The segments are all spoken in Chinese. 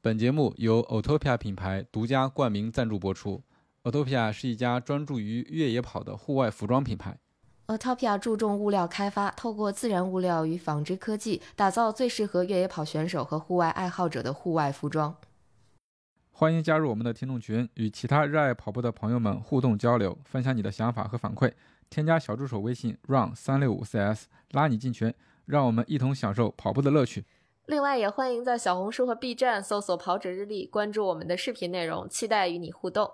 本节目由 Autopia 品牌独家冠名赞助播出。Autopia 是一家专注于越野跑的户外服装品牌。 Autopia 啊注重物料开发，透过自然物料与纺织科技，打造最适合越野跑选手和户外爱好者的户外服装。欢迎加入我们的听众群，与其他热爱跑步的朋友们互动交流，分享你的想法和反馈。添加小助手微信 run 三六五四 s，拉你进群，让我们一同享受跑步的乐趣。另外，也欢迎在小红书和 B 站搜索“跑者日历”，关注我们的视频内容，期待与你互动。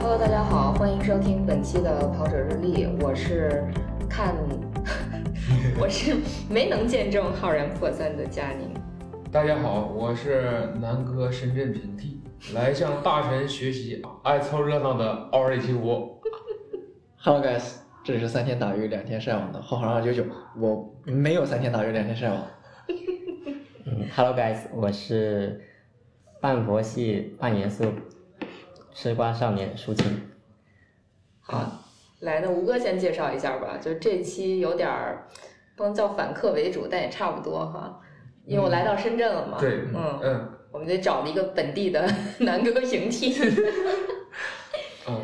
Hello，大家好，欢迎收听本期的《跑者日历》，我是看， 我是没能见证浩然破三的佳宁。大家好，我是南哥深圳平替，来向大神学习爱凑热闹的奥利提乌。 Hello guys，这里是三天打鱼两天晒网的浩瀚二九九，我没有三天打鱼两天晒网。嗯，Hello guys，我是半佛系半严肃吃瓜少年舒淇。好，来，那吴哥先介绍一下吧。就这期有点儿，不能叫反客为主，但也差不多哈。因为我来到深圳了嘛，对，嗯，嗯我们得找了一个本地的 南哥平 替。嗯，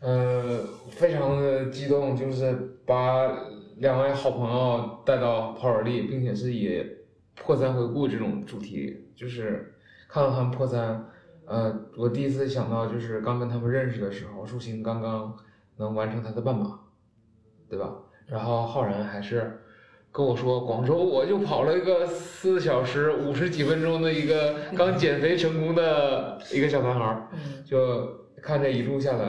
呃，非常的激动，就是把两位好朋友带到跑尔利，并且是以破三回顾这种主题，就是看到他们破三，呃，我第一次想到就是刚跟他们认识的时候，舒心刚刚能完成他的半马，对吧？然后浩然还是跟我说，广州我就跑了一个四小时五十几分钟的一个刚减肥成功的一个小男孩儿。就看这一路下来，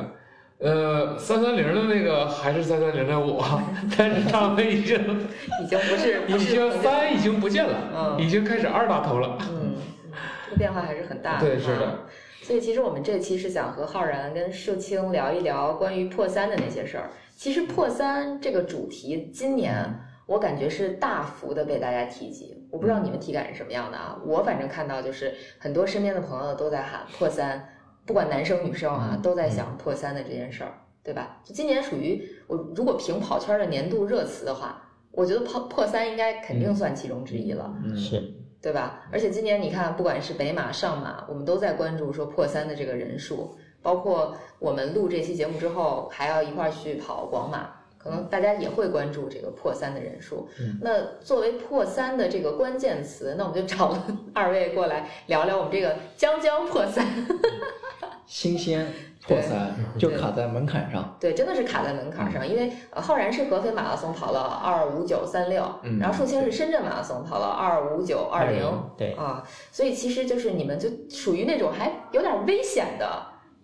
呃，三三零的那个还是三三零的我，但是他们已经已经不是不已是经不是三已经不见了，嗯已经开始二打头了。嗯，这个变化还是很大的。对是的啊。所以其实我们这期是想和浩然跟秀清聊一聊关于破三的那些事儿。其实破三这个主题，今年我感觉是大幅的被大家提及。我不知道你们体感是什么样的啊？我反正看到就是很多身边的朋友都在喊破三，不管男生女生啊，都在想破三的这件事儿，对吧？就今年属于我如果评跑圈的年度热词的话，我觉得破破三应该肯定算其中之一了。嗯是，对吧？而且今年你看，不管是北马、上马，我们都在关注说破三的这个人数，包括我们录这期节目之后，还要一块儿去跑广马，可能大家也会关注这个破三的人数。嗯那作为破三的这个关键词，那我们就找了 二位过来聊聊我们这个将将破三。 新鲜破三就卡在门槛上，对，真的是卡在门槛上，因为呃浩然是合肥马拉松跑了二五九三六，嗯然后树清是深圳马拉松跑了二五九二零，对，啊，所以其实就是你们就属于那种还有点危险的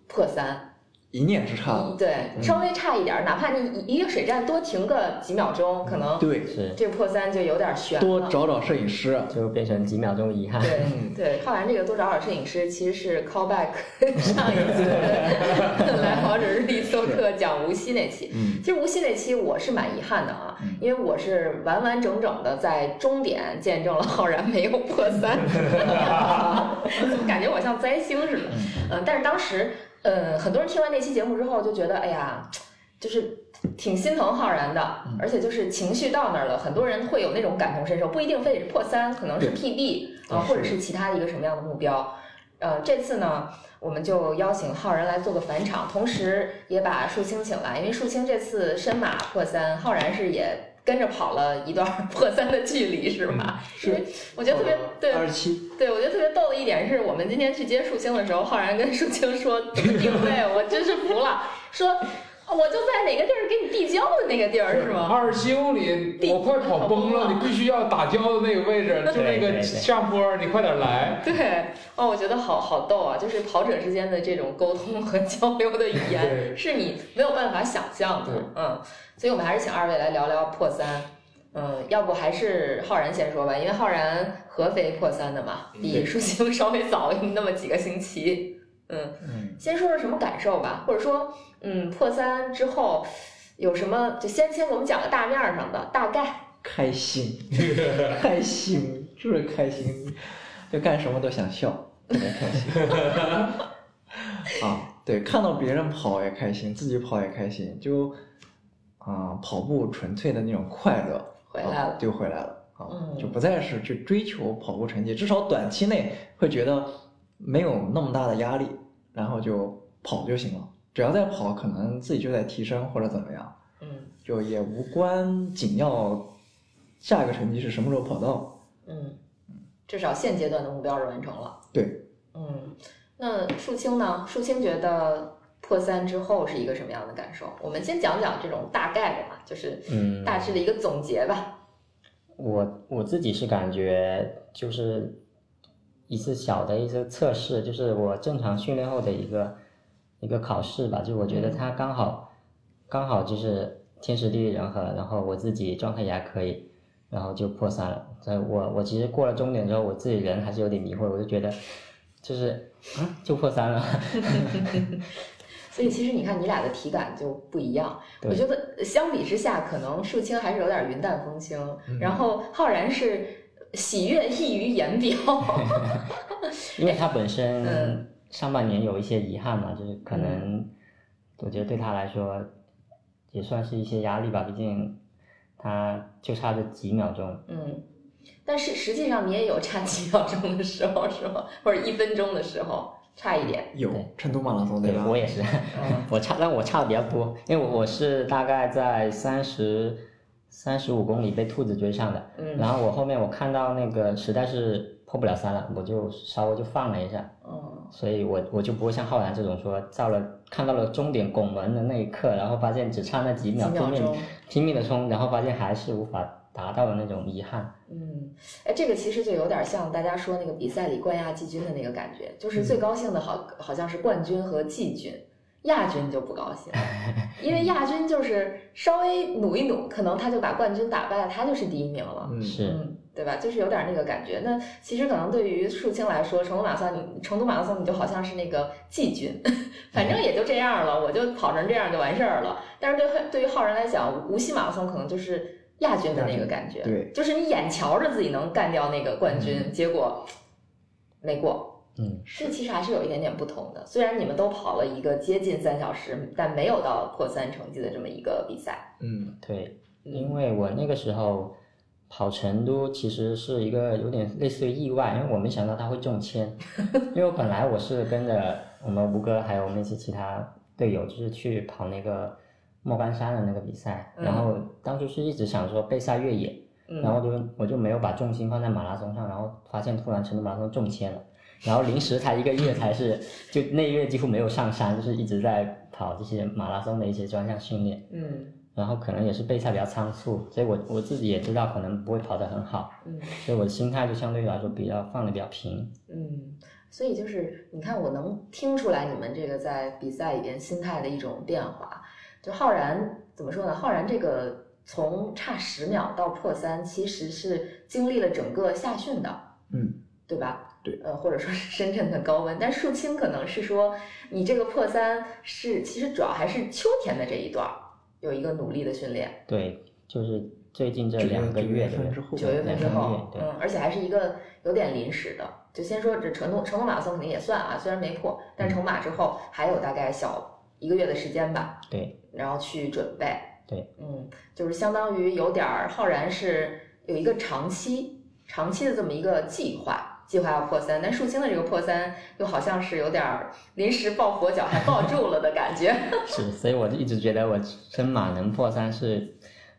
破三，一念之差。对，稍微差一点儿，哪怕你一一个水站多停个几秒钟，可能嗯对，是这个破三就有点悬多了。找找摄影师。就变成几秒钟遗憾。对嗯对，看完这个多找找摄影师，其实是 callback 上一 次的来好者日历做客讲无锡那期。嗯，其实无锡那期我是蛮遗憾的啊嗯，因为我是完完整整的在终点见证了浩然没有破三， 怎么感觉我像灾星似的？嗯，但是当时，呃，很多人听完那期节目之后就觉得，哎呀，就是挺心疼浩然的，嗯而且就是情绪到那儿了，很多人会有那种感同身受，不一定非得是破三，可能是对 PB 对啊，或者是是其他的一个什么样的目标。呃，这次呢，我们就邀请浩然来做个返场，同时也把树青请来，因为树青这次深马破三，浩然是也跟着跑了一段破三的距离，是吧？嗯是因为我觉得特别对，二十七，对，我觉得特别逗的一点是我们今天去接树青的时候，浩然跟树青说怎么定位，我真是服了，说哦我就在哪个地儿给你递交的那个地儿是吗？二十七公里，我快跑崩了，你必须要打胶的那个位置，就那对对个对下坡，你快点来。对，哦，我觉得好好逗啊，就是跑者之间的这种沟通和交流的语言，对是你没有办法想象的对，嗯，所以我们还是请二位来聊聊破三，嗯，要不还是浩然先说吧，因为浩然合肥破三的嘛，嗯比树青稍微早那么几个星期，嗯。嗯，先说说什么感受吧，或者说，嗯，破三之后有什么？就先先给我们讲个大面儿上的，大概。开 心，开心，就是开 心，就干什么都想笑，特别开心。啊，对，看到别人跑也开心，自己跑也开心，就啊、跑步纯粹的那种快乐回来了啊就回来了啊，嗯就不再是去追求跑步成绩，至少短期内会觉得没有那么大的压力，然后就跑就行了。只要在跑，可能自己就在提升或者怎么样，嗯就也无关紧要下一个成绩是什么时候跑到。嗯，至少现阶段的目标是完成了。对，嗯，那树青呢？树青觉得破三之后是一个什么样的感受？我们先讲讲这种大概的嘛，就是嗯，大致的一个总结吧。我我自己是感觉就是一次小的一次测试，就是我正常训练后的一个一个考试吧，就我觉得它刚好、刚好就是天时地利人和，然后我自己状态也还可以，然后就破三了。所以我我其实过了终点之后，我自己人还是有点迷惑，我就觉得就是啊就破三了， 所以其实你看，你俩的体感就不一样。对我觉得相比之下，可能树青还是有点云淡风轻，嗯然后浩然是喜悦溢于言 表。因为他本嗯身上半年有一些遗憾嘛，就是可能我觉得对他来说也算是一些压力吧，毕竟他就差这几秒钟。嗯，但是实际上你也有差几秒钟的时候，是吗？或者一分钟的时候，差一点。有对成都马拉松啊对吧？我也是，嗯 我差，但我差的比较多，因哦为我我是大概在三十三十五公里被兔子追上的，嗯然后我后面我看到那个实在是破不了三了，我就稍微就放了一下，嗯所以我我就不会像浩然这种说到了看到了终点拱门的那一刻，然后发现只差那几秒，几秒拼命钟拼命的冲，然后发现还是无法达到的那种遗憾。嗯，哎，这个其实就有点像大家说那个比赛里冠亚季军的那个感觉，就是最高兴的好好像是冠军和季军，亚军就不高兴，因为亚军就是稍微努一努，可能他就把冠军打败了，他就是第一名了。嗯，是，嗯，对吧？就是有点那个感觉。那其实可能对于树青来说，成都马拉松，你成都马拉松你就好像是那个季军， 反正也就这样了，我就跑成这样就完事儿了。但是对于对于浩然来讲，无锡马拉松可能就是亚军的那个感觉，对，就是你眼瞧着自己能干掉那个冠军，结果没过。嗯，这其实还是有一点点不同的。虽然你们都跑了一个接近三小时，但没有到破三成绩的这么一个比赛。嗯，对，因为我那个时候跑成都其实是一个有点类似于意外，因为我没想到他会 中签，因为我本来我是跟着我们吴哥还有我们一些其他队友，就是去跑那个莫干山的那个比赛，嗯然后当初是一直想说备赛越野，嗯，然后就我就没有把重心放在马拉松上，然后发现突然成都马拉松中签了，然后临时才一个月才是，就那一个月几乎没有上山，就是一直在跑这些马拉松的一些专项训练，嗯然后可能也是备赛比较仓促，所以我我自己也知道可能不会跑得很好，嗯。所以我的心态就相对来说比较放的比较平，嗯，所以就是你看，我能听出来你们这个在比赛里边心态的一种变化。就浩然怎么说呢？浩然这个从差十秒到破三，其实是经历了整个夏训的，嗯，对吧？对，呃，或者说是深圳的高温，但树青可能是说你这个破三是其实主要还是秋天的这一段儿有一个努力的训练。对，就是最近这九月两个九月月的份之后九月份之两个月后，对嗯，而且还是一个有点临时的。就先说这成都成都马拉松肯定也算啊，虽然没破，但成马之后还有大概小一个月的时间吧，对，然后去准备。对，嗯，就是相当于有点儿浩然是有一个长期长期的这么一个计划，计划要破三，但树青的这个破三又好像是有点儿临时抱佛脚还抱住了的感觉。是，所以我就一直觉得我身马能破三是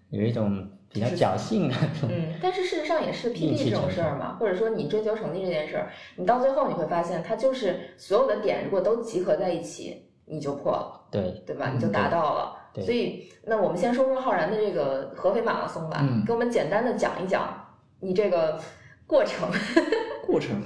有一种比较侥幸的那种。嗯，但是事实上也是运 PB 气这种成事儿嘛，或者说你追求成绩这件事儿，你到最后你会发现，它就是所有的点如果都集合在一起，你就破了，对，对吧？你就达到了。对所以，那我们先说说浩然的这个合肥马拉松吧，嗯给我们简单的讲一讲你这个过程。过程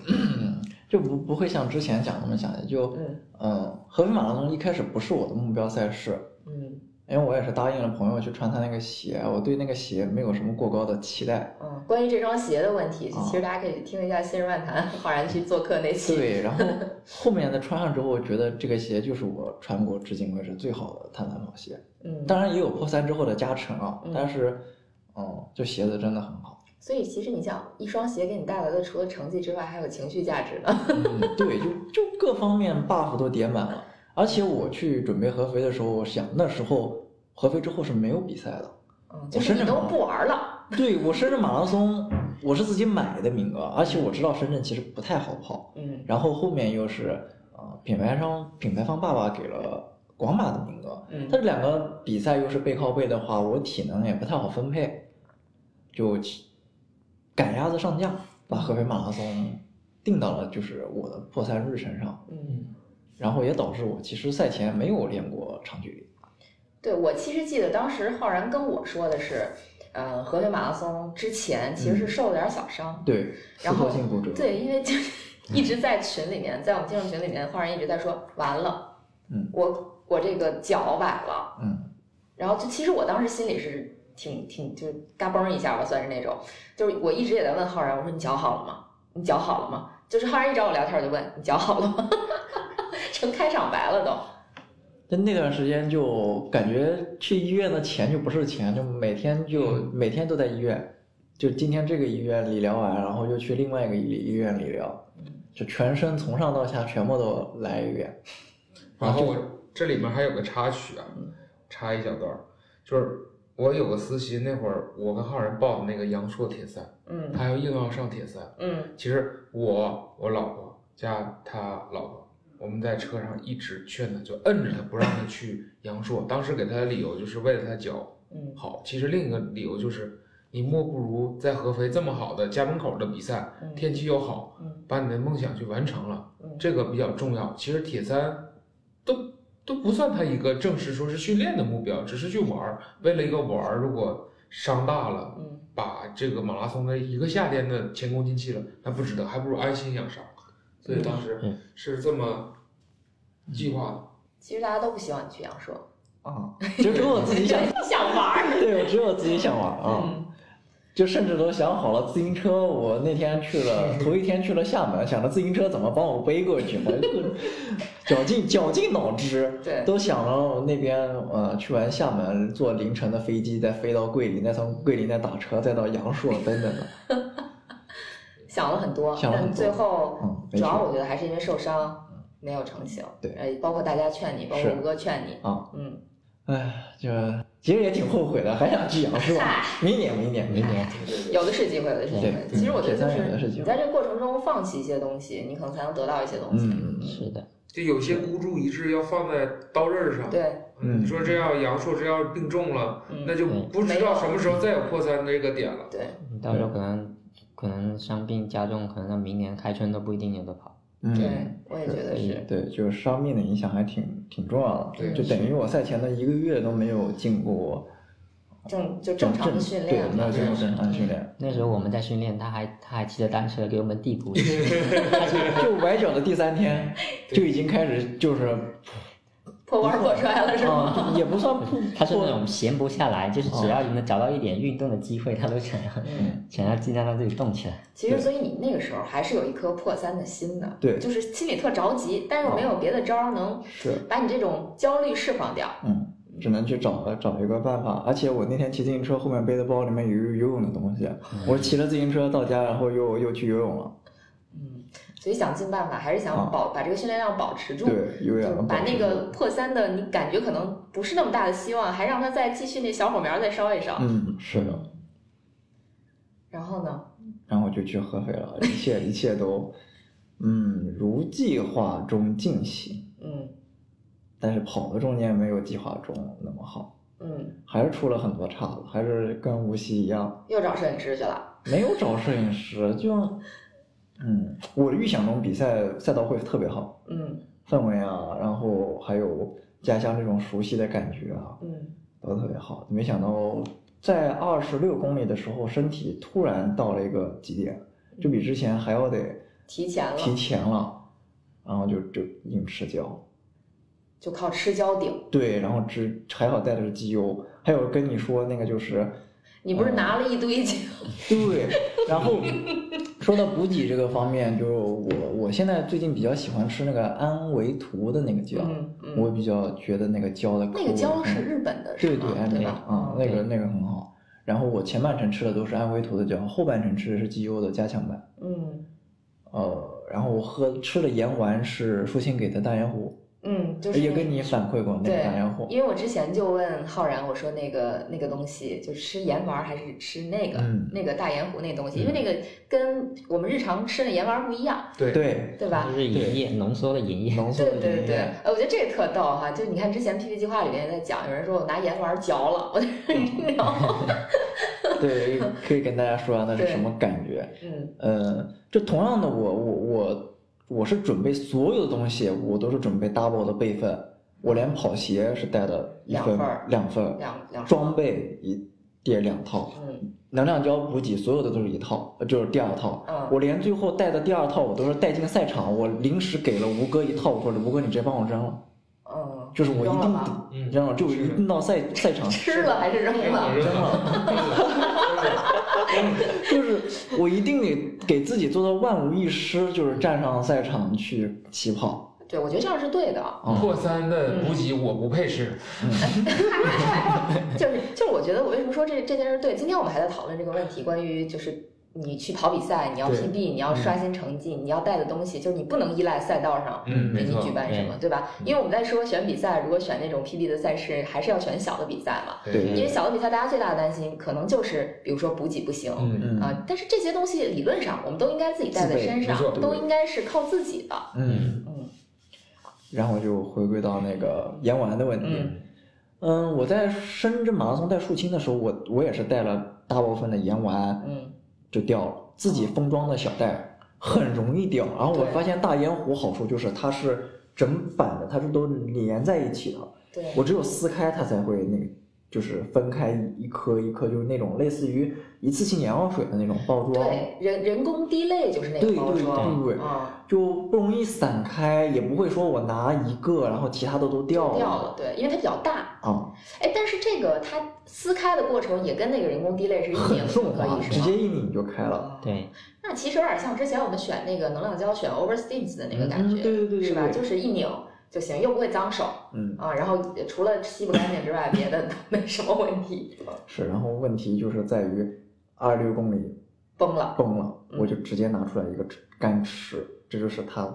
就不不会像之前讲那么详细，就嗯嗯，合肥马拉松一开始不是我的目标赛事，嗯因为我也是答应了朋友去穿他那个鞋，我对那个鞋没有什么过高的 期待。嗯，关于这双鞋的问题，哦其实大家可以听一下《新人漫谈》浩然去做客那期。对，然后后面在穿上之后，我觉得这个鞋就是我穿过至今为止最好的碳蓝跑鞋。嗯，当然也有破三之后的加成啊嗯，但是，嗯，这鞋子真的很好。 所以其实你想，一双鞋给你带来的除了成绩之外，还有情绪价值呢。嗯，对，就就各方面 buff 都叠满了。而且我去准备合肥的时候，我想那时候合肥之后是没有比赛的，嗯，就是你都不玩了，对我深圳马拉松，我是自己买的名额，而且我知道深圳其实不太好跑，嗯然后后面又是呃品牌商品牌方爸爸给了广马的名额，嗯但是两个比赛又是背靠背的话，我体能也不太好分配，就起赶鸭子上架，把合肥马拉松定到了就是我的破三日程上，嗯。然后也导致我其实赛前没有练过长距离，对，我其实记得当时浩然跟我说的是，呃，合肥马拉松之前其实是受了点小伤，对，然后四头胫骨折，对，因为就一直在群里面，在我们听众群里面，浩然一直在说，完了，嗯我我这个脚崴了，嗯。然后就其实我当时心里是挺挺就是嘎嘣一下吧，算是那种，就是我一直也在问浩然，我说你脚好了吗？你脚好了吗？就是浩然一找我聊天，我就问你脚好了吗？ 成开场白了都，但那段时间就感觉去医院的钱就不是钱，就每天就、每天都在医院，就今天这个医院理疗完，然后又去另外一个医医院理疗，就全身从上到下全部都来一遍。然后我这里面还有个插曲啊，插一小段儿，就是我有个私习，那会儿我跟浩然报的那个阳朔铁三，嗯他要一轮要上铁三。嗯其实我、我老婆加他老婆，我们在车上一直劝他，就摁着他不让他去阳朔。当时给他的理由就是为了他脚嗯好，其实另一个理由就是你莫不如在合肥这么好的家门口的比赛，嗯天气又好，嗯把你的梦想去完成了，嗯这个比较重要。其实铁三都都不算他一个正式说是训练的目标，只是去玩儿，为了一个玩儿，如果伤大了，嗯，把这个马拉松的一个夏天的前功尽弃了，那不值得，还不如安心养伤。所以当时嗯是这么计划的。其实大家都不希望你去阳朔，啊，就只有我自己想，想玩儿，对我只有我自己想玩嗯啊，就甚至都想好了自行车。我那天去了，头一天去了厦门，想着自行车怎么帮我背 过去，我就绞尽绞尽脑汁。对，都想了我那边呃，去完厦门坐凌晨的飞机，再飞到桂林，再从桂林再打车，再到阳朔等等 的。想了很多，想了很但多最后嗯，没主要错嗯我觉得还是因为受伤没有成型，对呃，包括大家劝你，包括是吴哥劝你，啊，嗯，唉，就其实也挺后悔的，还想去阳朔嗨。明年，明年，明年。有的是机会，有的是机会。对其实我觉得就铁三有的是是机会你在这个过程中放弃一些东西，你可能才能得到一些东西。嗯，是的，就有些孤注一掷要放在刀刃上。对，嗯你说这要阳朔这要病重了，嗯那就不知道什么时候再有破三这个点了。对，你到时候可能可能伤病加重，可能到明年开春都不一定有的跑。对嗯，，我也觉得是。对，就是伤病的影响还挺挺重要对的，就等于我赛前的一个月都没有进过正就正常的训练对，没嘛有。进过正常训嗯练，那时候我们在训练，他还他还骑着单车给我们递补一下。 就崴脚的第三天就已经开始就是破罐破摔了是吗？啊，也不算破，他是破那种闲不下来，就是只要能找到一点运动的机会，他都想要嗯，想要尽量让自己动起来。其实所以你那个时候还是有一颗破三的心的，对啊就是心里特着急，但是又没有别的招儿能是。把你这种焦虑释放掉。嗯，只能去找个找一个办法。而且我那天骑自行车，后面背的包里面有游泳的东西，我骑着自行车到家，然后又又去游泳了。嗯，所以想尽办法，还是想啊保把这个训练量保持住。对，嗯有就氧的把保持那个破三的，你感觉可能不是那么大的希望，还让他再继续那小火苗再烧一烧。嗯，是的。然后呢，然后就去合肥了，一切一切都嗯如计划中进行，嗯但是跑的中间没有计划中那么好，嗯，还是出了很多岔子，还是跟无锡一样，又找摄影师去了。没有找摄影师，就嗯，我预想中比赛赛道会特别好。嗯氛围啊，然后还有家乡这种熟悉的感觉啊，嗯都特别好。没想到在二十六公里的时候，身体突然到了一个极点，就比之前还要得提前了，提前了，然后就就硬吃胶。就靠吃胶顶。对，然后只还好带的是机油，还有跟你说那个就是你啊不是拿了一堆胶？对，然后说到补给这个方面，就是我我现在最近比较喜欢吃那个安维图的那个胶，嗯嗯我比较觉得那个胶的口那味个胶很是日本的，对是吗安对利吧？啊，嗯那个那个很好。然后我前半程吃的都是安徽图的胶，后半程吃的是绩优的加强版。嗯呃，然后我喝吃的盐丸是舒心给的大盐湖，嗯嗯，就是也那跟你反馈过那个对大家伙，因为我之前就问浩然，我说那个那个东西，就吃盐丸儿还是吃那个、嗯那个大盐湖那东西，因为那个跟我们日常吃的盐丸儿不一样，对对，啊对吧？就是对营业浓缩的营业，浓缩对的营对对，业，哎，我觉得这个特逗哈，就你看之前 PP 计划里面在讲，有人说我拿盐丸儿嚼了，我就然后对，可以跟大家说啊那是对什么感觉？嗯呃，就同样的我，我我我是准备所有的东西，我都是准备 double 的备份，我连跑鞋是带了一份两份儿两份儿，两两装备一叠两套，嗯能量胶补给所有的都是一套，呃就是第二套。嗯我连最后带的第二套我都是带进赛场，我临时给了吴哥一套，我说吴哥你直接帮我扔了，嗯，就是我一扔了定吗得嗯扔了，就是是一定到赛 赛场吃了还是 扔了？扔了，扔了，就是我一定得给自己做到万无一失，就是站上赛场去起跑。对，我觉得这样是对的，啊嗯破三的补嗯给我不配吃， 就是就是，我觉得我为什么说这这件事对？今天我们还在讨论这个问题，关于就是你去跑比赛，你要对 PB，你要刷新成绩，你要带的东西，就是你不能依赖赛道上嗯，给没你错举，办什么，对吧？因为我们在说选比赛，如果选那种 PB 的赛事，还是要选小的比赛嘛。因为对小的比赛，大家最大的担心可能就是，比如说补给不行啊、嗯，嗯但是这些东西理论上我们都应该自己带在身上自备没错，都应该是靠自己的。嗯，嗯然后就回归到那个盐丸的问题。嗯嗯，我在深圳马拉松带树青的时候，我我也是带了大部分的盐丸嗯，就掉了，自己封装的小袋很容易掉。然后我对发现大盐壶好处就是它是整版的，它是都连在一起的，对，我只有撕开它才会那个，就是分开一颗一颗，就是那种类似于一次性眼药水的那种包装，对人人工滴泪就是那个对包对装，对对啊，就不容易散开，也不会说我拿一个，然后其他的都掉掉了了，对，因为它比较大。啊，哎，但是这个它撕开的过程也跟那个人工滴泪是一拧很就顺可滑，以，是直吗接一拧就开了。哦对，那其实有点像之前我们选那个能量胶选 Oversteams 的那个感嗯觉，对对对对是吧？对就是一拧就行，又不会脏手嗯，啊。然后除了吸不干净之外，别的都没什么问题。是。然后问题就是在于二十六公里崩了，崩了，嗯我就直接拿出来一个吃干吃，这就是它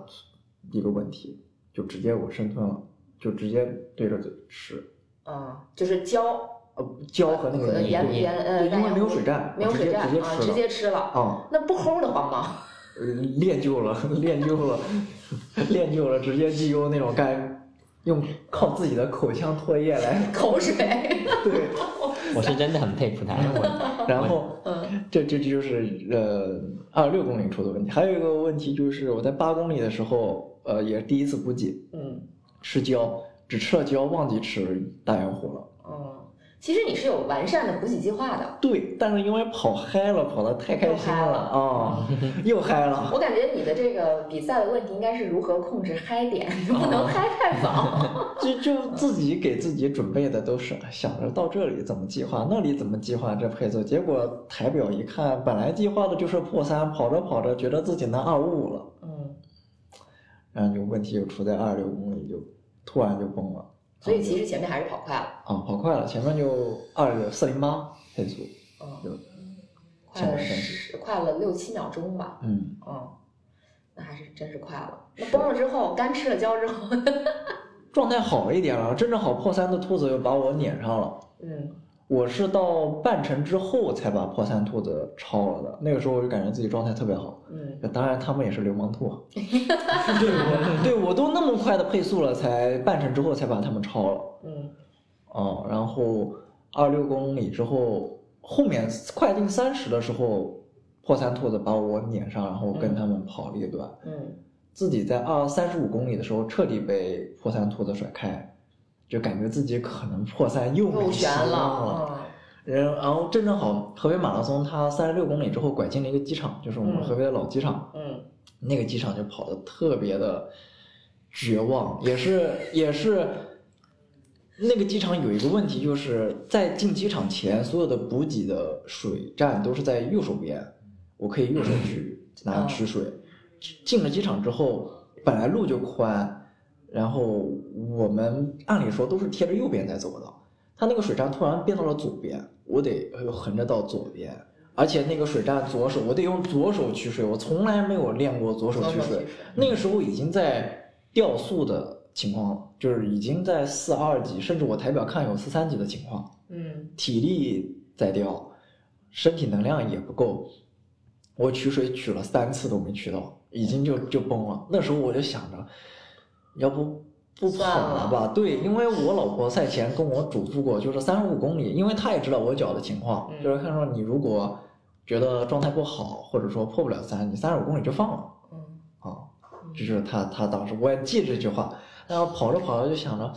一个问题，就直接我生吞了，就直接对着嘴吃。嗯，就是胶呃，胶和那个和泥盐对盐呃，对因为没有水站，站，没有我直水接站直接啊，吃直了接吃了，啊，那不齁的慌吗？ 呃练就了， 练就了，练就了，直接 GU 那种干，用靠自己的口腔唾液来 口水， 对，我是真的很佩服他。然后嗯这这这就是呃二十六公里出的问题，还有一个问题就是我在八公里的时候，呃，也是第一次补给嗯吃胶，只吃了胶，忘记吃大圆弧了。嗯，其实你是有完善的补给计划的。对，但是因为跑嗨了，跑得太开又心嗨了了啊，又嗨了。我感觉你的这个比赛的问题应该是如何控制嗨点，不哦能嗨太 早。就就自己给自己准备的都是想着到这里怎么计划，那里怎么计划这配速，结果台表一看，本来计划的就是破三，跑着跑着觉得自己能二五五了，嗯，然后就问题就出在二六公里就突然就崩了，所以其实前面还是跑快了，啊跑快了，前面就二四零八配速，嗯，就快了十，快了六七秒钟吧，嗯嗯，那还是真是快了。那崩了之后，干吃了胶之后，状态好了一点了，真正好破三的兔子又把我撵上了。 嗯我是到半程之后才把破三兔子超了的，那个时候我就感觉自己状态特别好，嗯，当然，他们也是流氓 兔啊。对，我对我都那么快的配速了，才半程之后才把他们超了。嗯哦、然后二六公里之后，后面快进三十的时候，破三兔子把我撵上，然后跟他们跑了一段。嗯自己在二三十五公里的时候，彻底被破三兔子甩开，就感觉自己可能破三又又没希悬望了。了，嗯然后然后正正好，合肥马拉松它三十六公里之后拐进了一个机场，就是我们嗯合肥的老机场。嗯那个机场就跑得特别的绝望，也是也是那个机场有一个问题，就是在进机场前，所有的补给的水站都是在右手边，我可以右手去拿取水。进了机场之后，本来路就宽，然后我们按理说都是贴着右边在走的，它那个水站突然变到了左边，我得呃横着到左边，而且那个水站左手我得用左手取水，我从来没有练过左手取左手水取水，那个时候已经在掉速的情况了，就是已经在四二级，甚至我台表看有四三级的情况，嗯体力在掉，身体能量也不够，我取水取了三次都没取到，已经就就崩了。那时候我就想着，要不不跑了算吧？对，因为我老婆赛前跟我嘱咐过，就是三十五公里，因为她也知道我脚的情况，嗯就是看说你如果觉得状态不好，或者说破不了三，你三十五公里就放了嗯啊。嗯这就是他他当时我也记着这句话，然后跑着跑着就想着，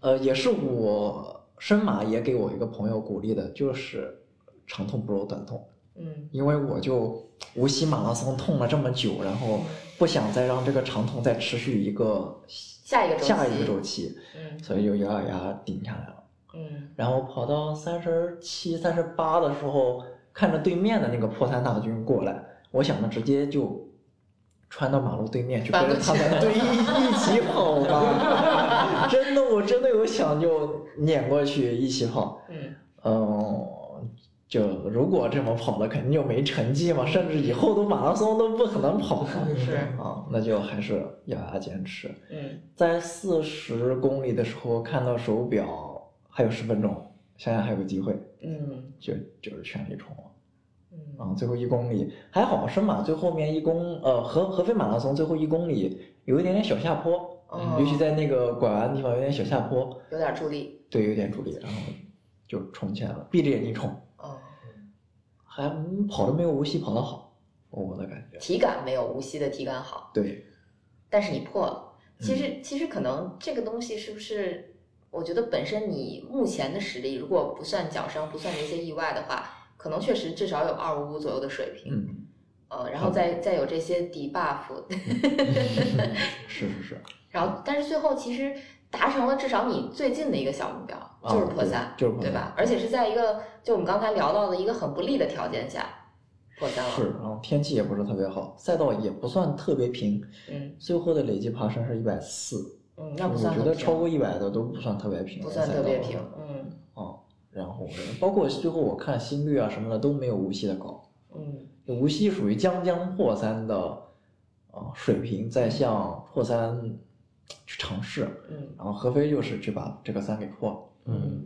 呃，也是我深马也给我一个朋友鼓励的，就是长痛不如短痛，嗯因为我就无锡马拉松痛了这么久，然后不想再让这个长痛再持续一个下一个周期下一个周期，嗯所以就咬咬牙顶下来了。嗯然后跑到三十七、三十八的时候，看着对面的那个破三大军过来，我想着直接就穿到马路对面去跟翻过着去他们对一一起跑 吧。真的，我真的有想就撵过去一起跑。嗯嗯，就如果这么跑了，肯定就没成绩嘛，甚至以后都马拉松都不可能跑了是啊。那就还是咬牙坚持。嗯在四十公里的时候看到手表还有十分钟，想想还有个机会，嗯就就是全力冲了。嗯啊，最后一公里还好，深马最后面一公呃合合肥马拉松最后一公里有一点点小下坡，嗯哦尤其在那个拐弯的地方有点小下坡，有点助力对，有点阻力，然后就冲起来了，闭着眼睛冲，嗯还嗯跑的没有无锡跑的好，我的感觉。体感没有无锡的体感好。对，但是你破了。其实，嗯其实可能这个东西是不是？我觉得本身你目前的实力，如果不算脚伤，不算这些意外的话，可能确实至少有二五五左右的水平。嗯，呃，然后再再有这些 debuff， 是是是，然后但是最后其实达成了至少你最近的一个小目标，就是破三，啊对就是破对三吧？而且是在一个就我们刚才聊到的一个很不利的条件下破三了。是，然后天气也不是特别好，赛道也不算特别平，嗯最后的累计爬升是一百四，嗯，那我不算觉很得平超过一百的都不算特别平，不算特别赛道平。嗯啊。然后包括最后我看心率啊什么的都没有无锡的高，嗯无锡属于将将破三的啊水平，在向破三去尝试，嗯。然后合肥又是去把这个三给破了。嗯，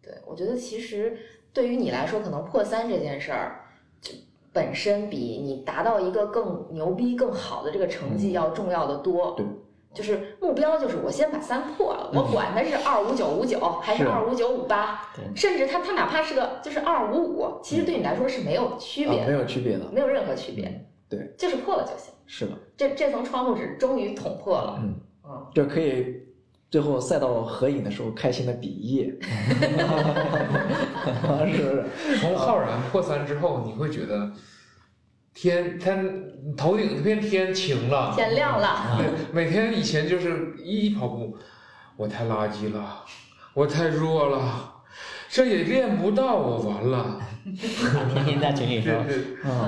对，我觉得其实对于你来说，可能破三这件事儿，就本身比你达到一个更牛逼、更好的这个成绩要重要的多。对就是目标就是我先把三破了，我管它是二五九五九还是是二五九五八，对，甚至它它哪怕是个就是二五五，其实对你来说是没有区别啊，没的，有区别的，没有任何区别嗯，对，就是破了就行。是的，这这层窗户纸终于捅破了，嗯，嗯，就可以最后赛道合影的时候开心的比一，是 不是？嗯从浩然破三之后，你会觉得天天头顶这片天晴了，天亮了，对，每天以前就是一一跑步，我太垃圾了，我太弱了，这也练不到，我完了。天天在群里对说，对，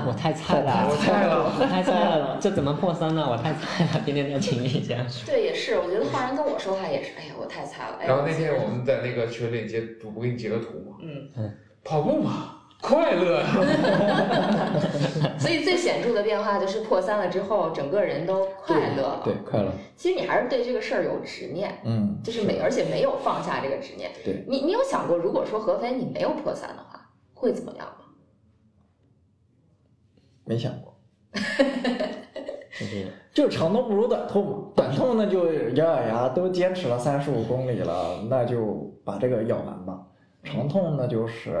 我太菜了，我菜了，我太菜了，这怎么破三呢？我太菜了，天天在群里这样说。对，也是，我觉得浩然跟我说话也是，哎呀，我太菜了，哎呀，然后那今天儿我们在那个群里截图，我给你截个图嘛，嗯。跑步嘛，快乐 呀。所以最显著的变化就是破三了之后，整个人都快乐了。对，快乐，其实你还是对这个事儿有执念，嗯，就是没，而且没有放下这个执念。对，你你有想过，如果说合肥你没有破三的话，会怎么样吗？没想过。就是就是长痛不如短痛嘛，短痛那就咬咬牙，都坚持了三十五公里了，那就把这个咬完吧。长痛那就是，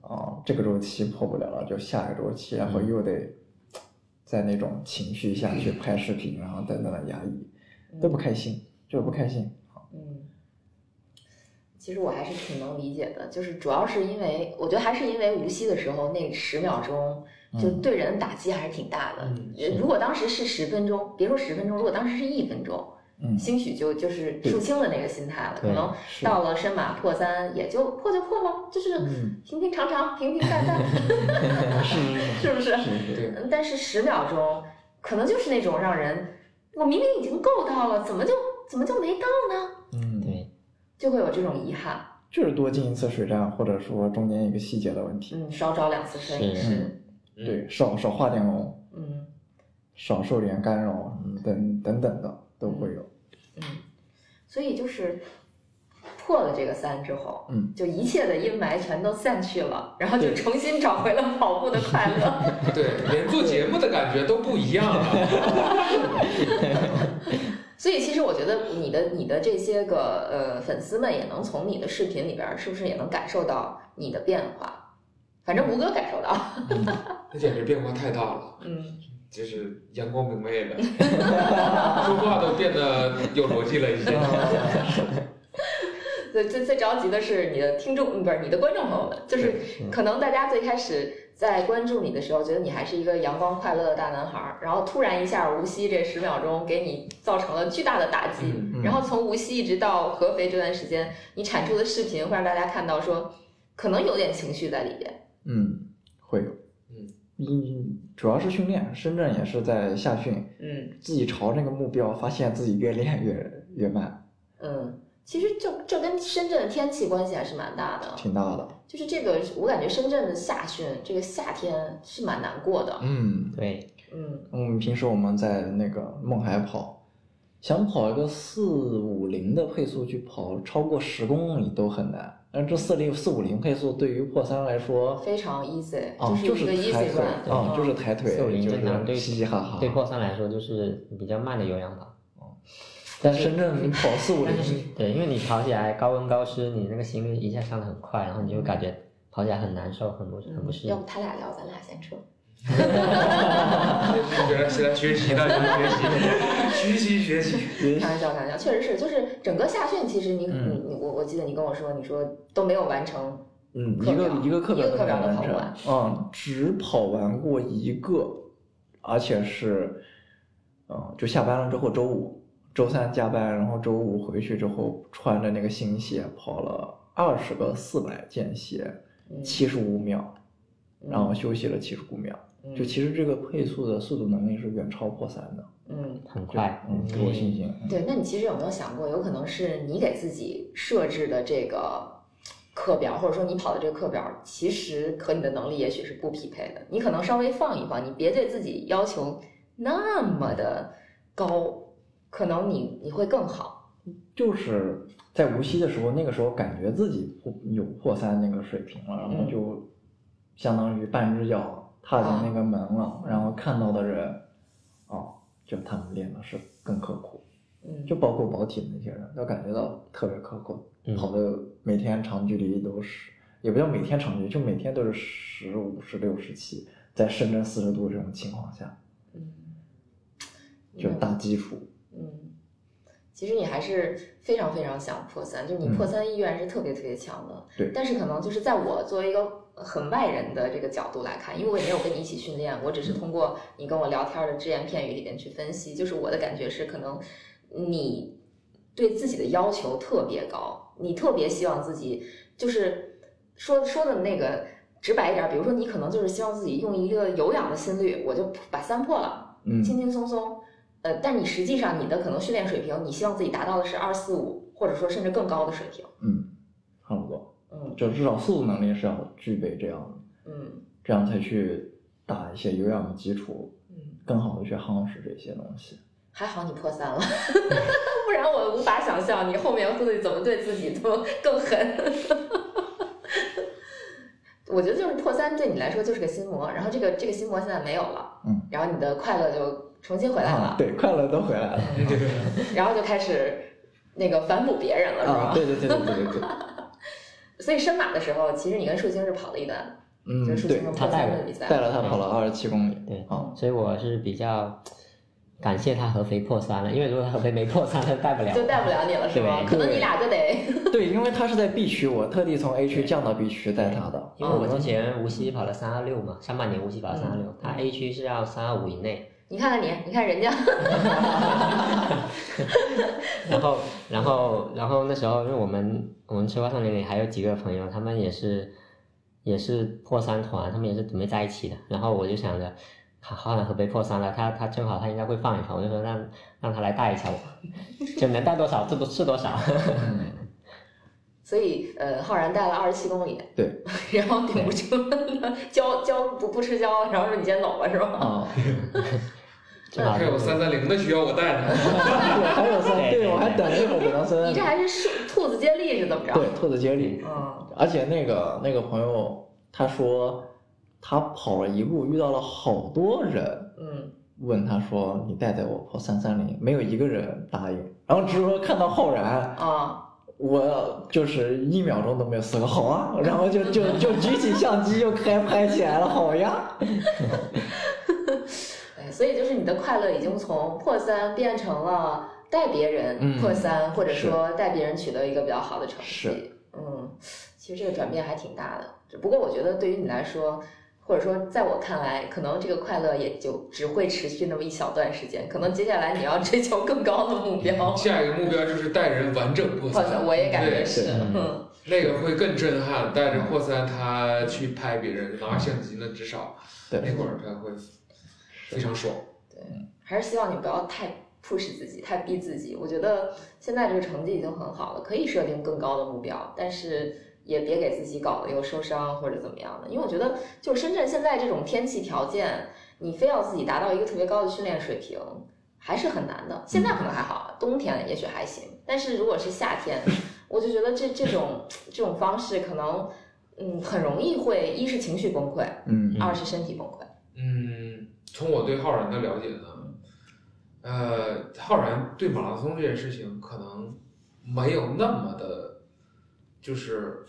啊、这个周期破不了了，就下一个周期，然后又得在那种情绪下去拍视频，然后再在那压抑，嗯都不开心，就是不开心。嗯，其实我还是挺能理解的，就是主要是因为我觉得还是因为无锡的时候那十秒钟。就嗯对人的打击还是挺大的。嗯呃如果当时是十分钟，别说十分钟，如果当时是一分钟，嗯，兴许就就是对肃清的那个心态了，可对能是到了深马破三也就破就破了，就是嗯平平常 常、平平淡 淡，是不是？是是对嗯但是十秒钟可能就是那种让人，我明明已经够到了，怎么就怎么就没到呢？嗯，对，就会有这种遗憾，就是多进一次水站，或者说中间一个细节的问题，嗯，少找两次身是是，嗯对，少少画点龙，嗯啊少受点干扰，嗯等等等的都会有。嗯，所以就是破了这个三之后，嗯，就一切的阴霾全都散去了，然后就重新找回了跑步的快乐。对，连做节目的感觉都不一样了。所以其实我觉得你的你的这些个呃粉丝们也能从你的视频里边儿，是不是也能感受到你的变化？反正吴哥感受到，那简直变化太大了，嗯，就是阳光明媚了， 说话都变得有逻辑了，已经。最最最着急的是你的听众，嗯不是你的观众朋友们，就是可能大家最开始在关注你的时候，觉得你还是一个阳光快乐的大男孩儿，然后突然一下无锡这十秒钟给你造成了巨大的打击，嗯嗯然后从无锡一直到合肥这段时间，你产出的视频会让大家看到说，可能有点情绪在里边，嗯，会有，嗯嗯，主要是训练，深圳也是在夏训，嗯自己朝那个目标，发现自己越练越越慢，嗯，其实这这跟深圳的天气关系还是蛮大的，挺大的。就是这个我感觉深圳的夏训，这个夏天是蛮难过的，嗯，对，嗯我们平时我们在那个孟海跑，想跑一个四五零的配速去跑超过十公里都很难，但这四零四五零配速对于破三来说，嗯非常 easy，、啊，就就是一个是抬 easy 腿 run，，啊，嗯就是抬腿，四五零就正常对是嘻嘻哈哈。哦对破三来说就是比较慢的有氧跑。但深圳嗯你跑四五但是零，对，因为你跑起来高温高湿，你那个心率一下上的很快，然后你就感觉跑起来很难受，很不很不适嗯要应不。他俩聊，咱俩先撤。原来是来学习的，来学习，学习学习。开玩笑，开玩笑，确实是，就是整个夏训，其实你、嗯你你我我记得你跟我说，你说都没有完成，嗯，课一个表一个课一表个都课没有表都完跑不成完，嗯，只跑完过一个，而且是，嗯，就下班了之后，周五、周三加班，然后周五回去之后，穿着那个新鞋跑了二十个四百间歇，嗯七十五秒，嗯然后休息了七十五秒。就其实这个配速的速度能力是远超破三的，嗯，很快，嗯，给我信心。对，那你其实有没有想过，有可能是你给自己设置的这个课表，或者说你跑的这个课表，其实和你的能力也许是不匹配的，你可能稍微放一放，你别对自己要求那么的高，可能你你会更好，就是在无锡的时候，那个时候感觉自己破有破三那个水平了，然后就相当于半只脚踏进那个门了，然后看到的人，哦，就他们练的是更刻苦，嗯，就包括保体的那些人，都感觉到特别刻苦，嗯跑的每天长距离都是，也不叫每天长距离，就每天都是十五、十六、十七，在深圳四十度这种情况下，嗯，就大基础。嗯，其实你还是非常非常想破三，就是你破三意愿是特别特别强的。对但是可能就是在我作为一个很外人的这个角度来看，因为我也没有跟你一起训练，我只是通过你跟我聊天的只言片语里边去分析，就是我的感觉是，可能你对自己的要求特别高，你特别希望自己就是说说的那个。直白一点，比如说你可能就是希望自己用一个有氧的心率，我就把三破了，嗯，轻轻松松。呃，但你实际上你的可能训练水平，你希望自己达到的是二四五，或者说甚至更高的水平。嗯，差不多。嗯就至少速度能力是要具备这样的，嗯这样才去打一些有氧的基础，嗯，更好的去夯实这些东西。还好你破三了， 不然我无法想象你后面会怎么对自己都更狠。 我觉得就是破三对你来说就是个心魔，然后这个这个心魔现在没有了，嗯，然后你的快乐就重新回来了，啊，对，快乐都回来了。然后就开始那个反哺别人了，是吧？啊，对对对对对对对，所以深马的时候，其实你跟树青是跑了一段，嗯就是，树对青，他破带三了的比赛，带了他跑了二十七公里。对啊，所以我是比较感谢他合肥破三了，因为如果合肥没破三，他带不了。就带不了你了是吗？对可能你俩就得， 对，因为他是在 B 区，我特地从 A 区降到 B 区带他的。因为嗯我之前无锡跑了三二六嘛，上半年无锡跑了三二六，他 A 区是要三二五以内，你看看你，你看人家， 然 后然后然后那时候因为我们我们车花少年里还有几个朋友，他们也是也是破三团，他们也是准备在一起的，然后我就想着。好，好像合肥破三了，他他正好他应该会放一放，我就说让让他来带一下我， 就能带多少是多是多少。所以呃，浩然带了二十七公里， 对，然后顶不住了，浇浇不不吃浇，然后说你先走吧是吧？啊， 正好还有三三零的需要我带呢。我还有三，对对对我还等了一会儿，等到三你这三还是树兔子接力是怎么着？嗯对，兔子接力。嗯，而且那个那个朋友他说，他跑了一路遇到了好多人，嗯，问他说你带带我跑三三零，没有一个人答应。然后只是说看到浩然，啊，我就是一秒钟都没有思考，好啊， 然后就就就举起相机就开拍起来了，好呀。哎，所以就是你的快乐已经从破三变成了带别人嗯破三，或者是说带别人取得一个比较好的成绩。是嗯，其实这个转变还挺大的，只不过我觉得对于你来说。或者说，在我看来，可能这个快乐也就只会持续那么一小段时间。可能接下来你要追求更高的目标。下一个目标就是带人完整破好像三，我也感觉是嗯对，嗯，那个会更震撼。带着破三，他去拍别人，拿相机呢，至少对那会儿他会非常爽。还是希望你不要太 push 自己，太逼自己。我觉得现在这个成绩已经很好了，可以设定更高的目标，但是也别给自己搞得又受伤或者怎么样的。因为我觉得，就深圳现在这种天气条件，你非要自己达到一个特别高的训练水平。还是很难的，现在可能还好，啊冬天也许还行，但是如果是夏天，我就觉得这这种这种方式可能，嗯，很容易会一是情绪崩溃，嗯，二是身体崩溃。嗯，从我对浩然的了解呢，呃，浩然对马拉松这件事情可能没有那么的，就是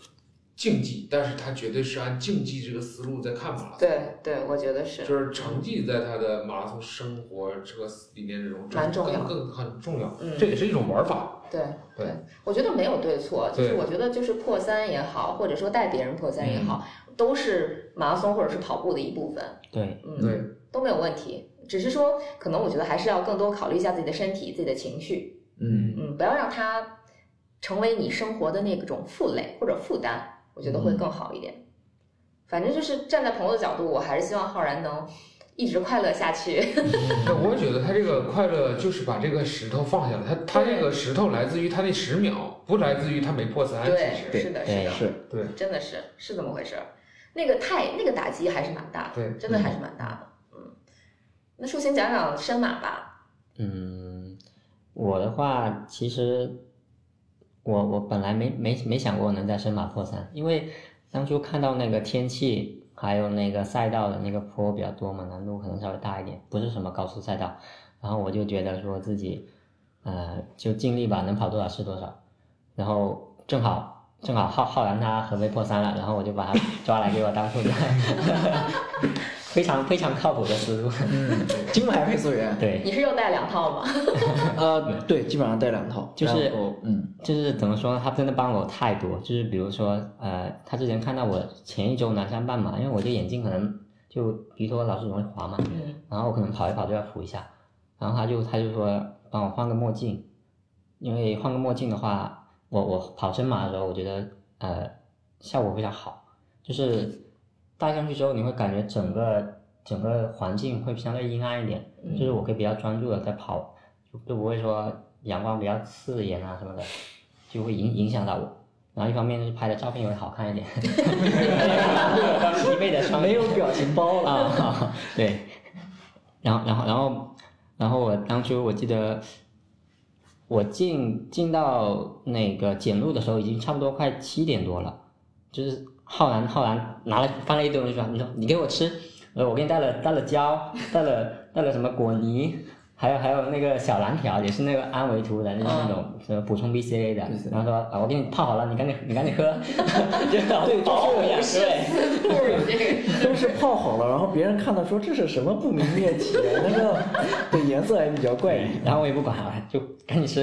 竞技，但是他绝对是按竞技这个思路在看马拉松，对对，我觉得是。就是成绩在他的马拉松生活这个理念之中蛮重要更更很重要，嗯这也是一种玩法。对对对，我觉得没有对错，就是对我觉得就是破三也好，或者说带别人破三也好，都是马拉松或者是跑步的一部分，对，嗯，对，都没有问题。只是说，可能我觉得还是要更多考虑一下自己的身体、自己的情绪，嗯，嗯，不要让它成为你生活的那种负累或者负担，我觉得会更好一点。反正就是站在朋友的角度，我还是希望浩然能一直快乐下去。但我也觉得他这个快乐就是把这个石头放下了，他他这个石头来自于他那十秒，不来自于他没破 三。对其，实是的，是对的。是对真的是是这么回事儿。那个太那个打击还是蛮大的，对真的还是蛮大的。嗯，那舒心讲讲深马吧。嗯，我的话其实我我本来没没没想过能在深马破三，因为当初看到那个天气还有那个赛道的那个坡比较多嘛，难度可能稍微大一点，不是什么高速赛道，然后我就觉得说自己呃就尽力吧，能跑多少是多少，然后正好。正好浩浩然他合肥破三了，然后我就把他抓来给我当副教练， 非常非常靠谱的思路。金牌配速员， 对，你是又带两套吗？ 呃，对，基本上带两套，就是然后嗯，就是怎么说呢？他真的帮我太多。就是比如说，呃，他之前看到我前一周拿下半马，因为我这眼睛可能就比如说老是容易滑嘛，嗯，然后我可能跑一跑就要扶一下，然后他就他就说帮我换个墨镜，因为换个墨镜的话，我我跑深马的时候，我觉得呃效果非常好，就是戴上去之后，你会感觉整个整个环境会相对阴暗一点，就是我可以比较专注的在跑，就就不会说阳光比较刺眼啊什么的，就会影影响到我。然后一方面就是拍的照片也会好看一点，一味的双 没有表情包了，啊，对。然后，然后，然后，然后我当初我记得，我进进到那个检录的时候，已经差不多快七点多了。就是浩然，浩然拿了翻了一堆东西出来，你说你给我吃，呃，我给你带了带了胶，带了带了什么果泥，还有还有那个小蓝条，也是那个安维图的，就是那种嗯什么补充 BCA 的。然后说啊，我给你泡好了，你赶紧你赶紧喝， 就对，不就是是四兔儿 这个。都是泡好了，然后别人看到说这是什么不明液体，那个 对颜色还比较怪异。然后我也不管了，就赶紧吃，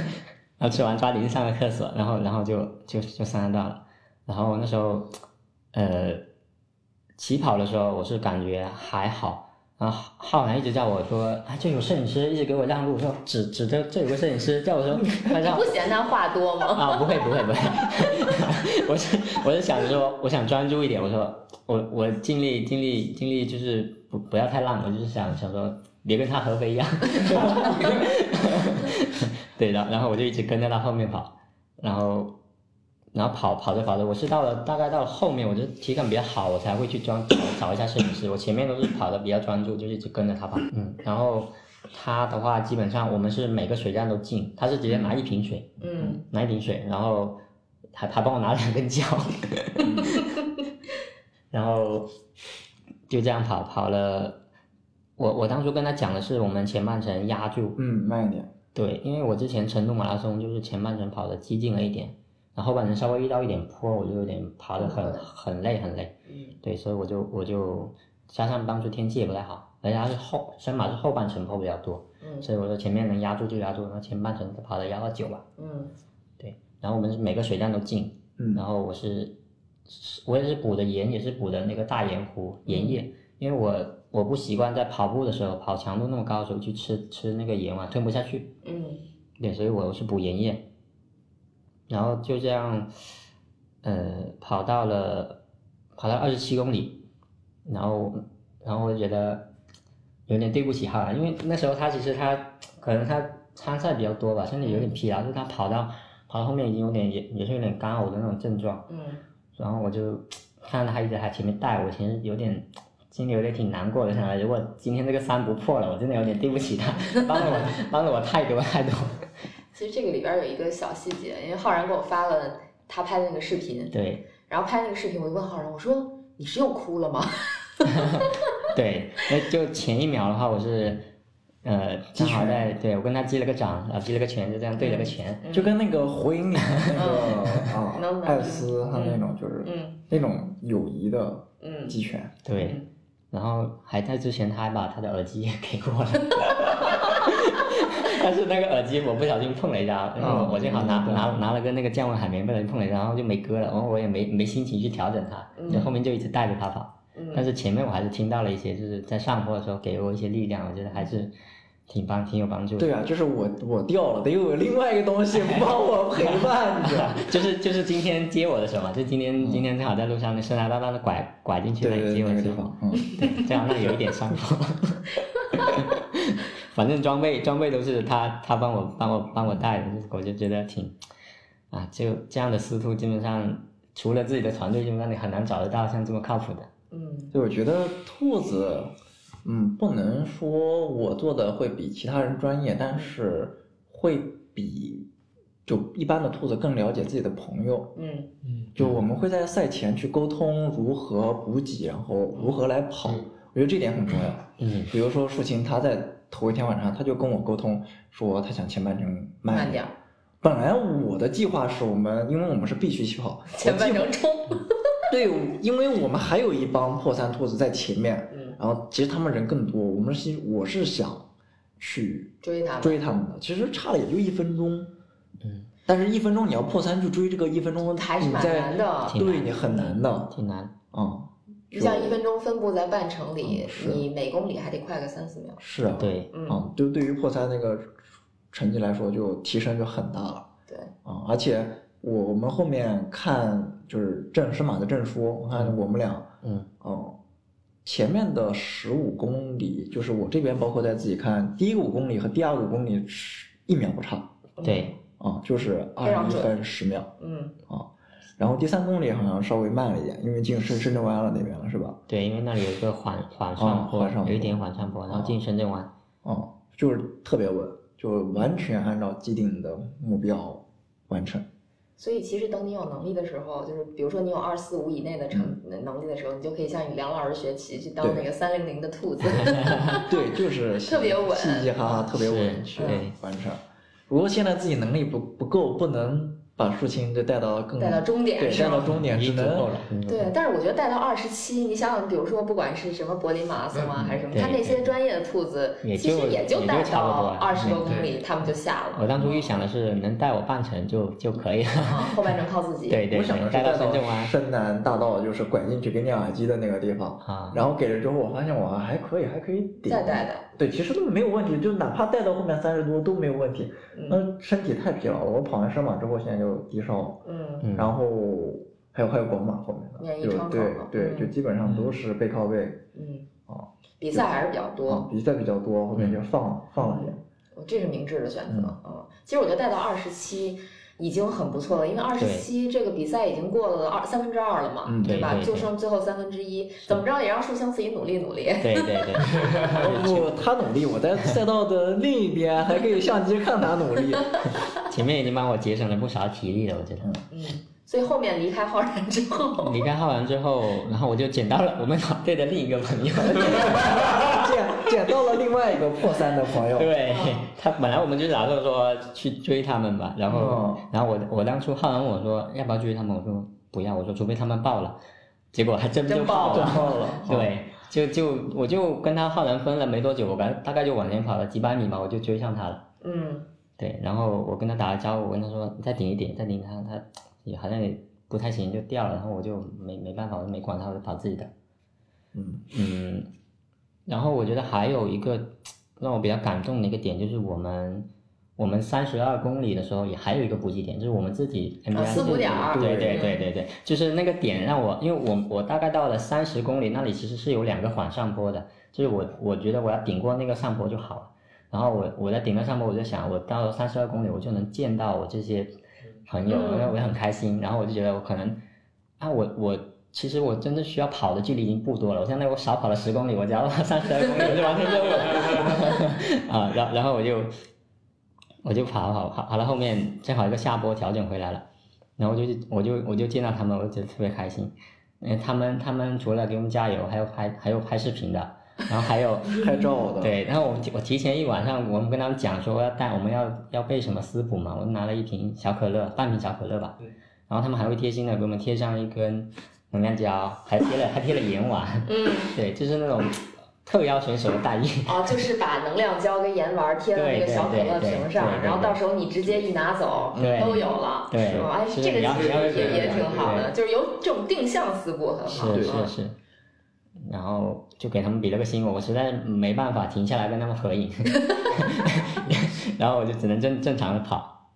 然后吃完抓紧去上个厕所，然后然后就就就上山道了。然后那时候，呃，起跑的时候我是感觉还好，然后浩然一直叫我说，啊，这有摄影师，一直给我让路，说指指着这有个摄影师，叫我说快你让不。嫌他话多吗？啊，不会不会不 会，我是我是想说，我想专注一点，我说我我尽力尽力尽力，就是不不要太浪，我就是想想说别跟他合肥一样。 对，然后然后我就一直跟着他后面跑，然后然后跑跑着跑着，我是到了大概到了后面，我就体感比较好，我才会去专找一下摄影师。我前面都是跑的比较专注，就一直跟着他跑。嗯，然后他的话，基本上我们是每个水站都进，他是直接拿一瓶水，嗯，拿一瓶水，然后还还帮我拿两根胶， 然后就这样跑跑了。我我当初跟他讲的是，我们前半程压住，嗯，慢一点，对，因为我之前成都马拉松就是前半程跑的激进了一点，然后后半程稍微遇到一点坡，我就有点爬得很很累很累。嗯对，所以我就我就加上当初天气也不太好，而且它是后深马是后半程坡比较多，嗯所以我说前面能压住就压住，然后前半程跑到幺二九吧。嗯对，然后我们是每个水站都进，嗯然后我是，是我也是补的盐，也是补的那个大盐湖盐液，因为我我不习惯在跑步的时候跑强度那么高的时候去吃吃那个盐嘛，吞不下去，嗯对，所以我是补盐液，然后就这样，呃，跑到了跑到二十七公里，然后然后我觉得有点对不起哈，因为那时候他其实他可能他参赛比较多吧，甚至有点疲劳，就他跑到跑到后面已经有点也也是有点干呕的那种症状，嗯然后我就看到他一直在前面带我，其实有点心里有点挺难过的，想着如果今天这个山不破了，我真的有点对不起他，帮了我帮了我太多太多。 其实这个里边有一个小细节，因为浩然给我发了他拍的那个视频，对然后拍那个视频，我就问浩然，我说你是又哭了吗？ 对，那就前一秒的话，我是呃正好在对我跟他击了个掌，啊击了个拳，就这样对了个拳。嗯就跟那个火影里面那个啊能能艾斯他那种就是嗯那种友谊的嗯鸡拳，对，然后还在之前他还把他的耳机也给 我了， 但是那个耳机我不小心碰了一下，然哦后我正好拿嗯拿拿了个那个降温海绵被人碰了一下，然后就没歌了，然后我也没没心情去调整它，就嗯后面就一直带着他跑。嗯，但是前面我还是听到了一些，就是在上坡的时候给我一些力量，我觉得还是挺帮挺有帮助的。对啊，就是我我掉了，得有另外一个东西 帮我陪伴 着。 就是就是今天接我的时候嘛，就今天、今天正好在路上，那深海大道的拐拐进去嗯对那对对，里接我那的个时地候，方，嗯， 对正好那里有一点上坡。 反正装备装备都是他他帮我帮我帮我带的，我就觉得挺啊，就这样的师徒基本上除了自己的团队，基本上你很难找得到像这么靠谱的。嗯对，我觉得兔子，嗯，不能说我做的会比其他人专业，但是会比就一般的兔子更了解自己的朋友。嗯就我们会在赛前去沟通如何补给，然后如何来跑，嗯我觉得这点很重要。嗯比如说舒琴，她在头一天晚上，她就跟我沟通说，她想前半程慢慢一点儿，本来我的计划是我们，因为我们是必须起跑，前半程冲，对，因为我们还有一帮破三兔子在前面，嗯，然后其实他们人更多，我们是我是想去追他们，追他们的，其实差了也就一分钟，嗯，但是一分钟你要破三去追这个一分钟，还是你蛮在难的挺对难你很难的啊挺难。。嗯你想一分钟分布在半程里嗯，是你每公里还得快个三四秒。是啊，对，嗯，啊，就对于破三那个成绩来说，就提升就很大了对，啊。而且我我们后面看就是证申马的证书，我看我们俩，嗯哦，前面的十五公里，就是我这边包括在自己看，第一个五公里和第二个五公里是一秒不差对，啊，就是非二常十一准分十秒嗯啊。然后第三公里好像稍微慢了一点，因为进深深圳湾了那边了，是吧？对，因为那里有一个缓缓上坡，哦缓上坡有一点缓上坡，然后进深圳湾。哦，就是特别稳，就完全按照既定的目标完成。所以其实等你有能力的时候，就是比如说你有二四五以内的成嗯能力的时候，你就可以向梁老师学习，去当对那个三零零的兔 子。对，就是特别稳嘻嘻哈哈，特别稳是去对完成。不过现在自己能力不不够，不能把事情就带到更带到终点对，是带吗到终点已只经足够能了。嗯对，但是我觉得带到二十七，你想想，比如说不管是什么柏林马拉松啊，还是什么，嗯对他那些专业的兔子，也其就实也就也就带差不到多二十多嗯对公里，他们就下我了。当初预想的是能带我半程就就可以了。啊，后半程靠自己。 对对我想的对，是带带到到深圳湾深南大道，就是拐进去给你耳机的那个地方。啊，然后给了之后，我发现我还可以，还可以顶。再带带。对，其实都没有问题，就哪怕带到后面三十多都没有问题。嗯嗯，身体太疲劳了，我跑完深马之后现在就低烧了。嗯嗯，然后还有还有广马后面免疫的，就窗口对嘛对，嗯就基本上都是背靠背，嗯哦。比赛还是比较多。哦啊，比赛比较多，后面就放放了点。嗯这是明智的选择。嗯，其实我觉得带到二十七，已经很不错了，因为二十七这个比赛已经过了二三分之二了嘛，嗯对吧？对对对就剩最后三分之一，怎么着也让树星自己努力努力。对对对， 嗯不，他努力，我在赛道的另一边还可以相机看他努 力。前面已经帮我节省了不少体力了，我觉得。嗯，所以后面离开浩然之后，离开浩然之后，然后我就捡到了我们团队的另一个朋 友，捡捡到了另外一个破三的朋友，对他本来我们就打算说去追他们吧，然后、哦然后我我当初浩然问我说要不要追他们，我说不要，我说除非他们爆了，结果还真就真爆了，撞到了。对，就就我就跟他浩然分了没多久，我刚大概就往前跑了几百米吧，我就追上他了。嗯，对，然后我跟他打了招呼，我跟他说你再顶一顶，再顶一顶他，他也好像也不太行，就掉了。然后我就没没办法，我就没管他，我就跑自己的。嗯嗯，然后我觉得还有一个让我比较感动的一个点，就是我们我们三十二公里的时候，也还有一个补给点，就是我们自己 NBA 啊四补点儿对对嗯对对对，就是那个点让我，因为我我大概到了三十公里那里，其实是有两个缓上坡的，就是我我觉得我要顶过那个上坡就好了。然后我我在顶个上坡，我就想我到三十二公里我就能见到我这些朋友，嗯然后我也很开心。然后我就觉得我可能啊，我我其实我真的需要跑的距离已经不多了，我现在我少跑了十公里，我只要三十二公里我就完成任务了 啊。然后然后我就我就跑跑跑跑到后面，正好一个下坡调整回来了，然后我就我就我就见到他们，我就觉得特别开心。因为他们他们除了给我们加油，还有拍还有拍视频的，然后还有拍照的，，对，然后我我提前一晚上，我们跟他们讲说要带我们要要备什么私补嘛，我拿了一瓶小可乐，半瓶小可乐吧对，然后他们还会贴心的给我们贴上一根能量胶，还贴了还贴了盐丸，嗯， 对，就是那种特邀选手的待遇，哦，就是把能量胶跟盐丸贴到那个对对小可乐对瓶对对对上，对然后到时候你直接一拿走，对都有了。对是吗哎，是这个你要其实你要也这样也挺好的，对就是有这种定向思路很好。是嗯是是，然后就给他们比了个心，我实在没办法停下来跟他们合影，然后我就只能正正常的跑，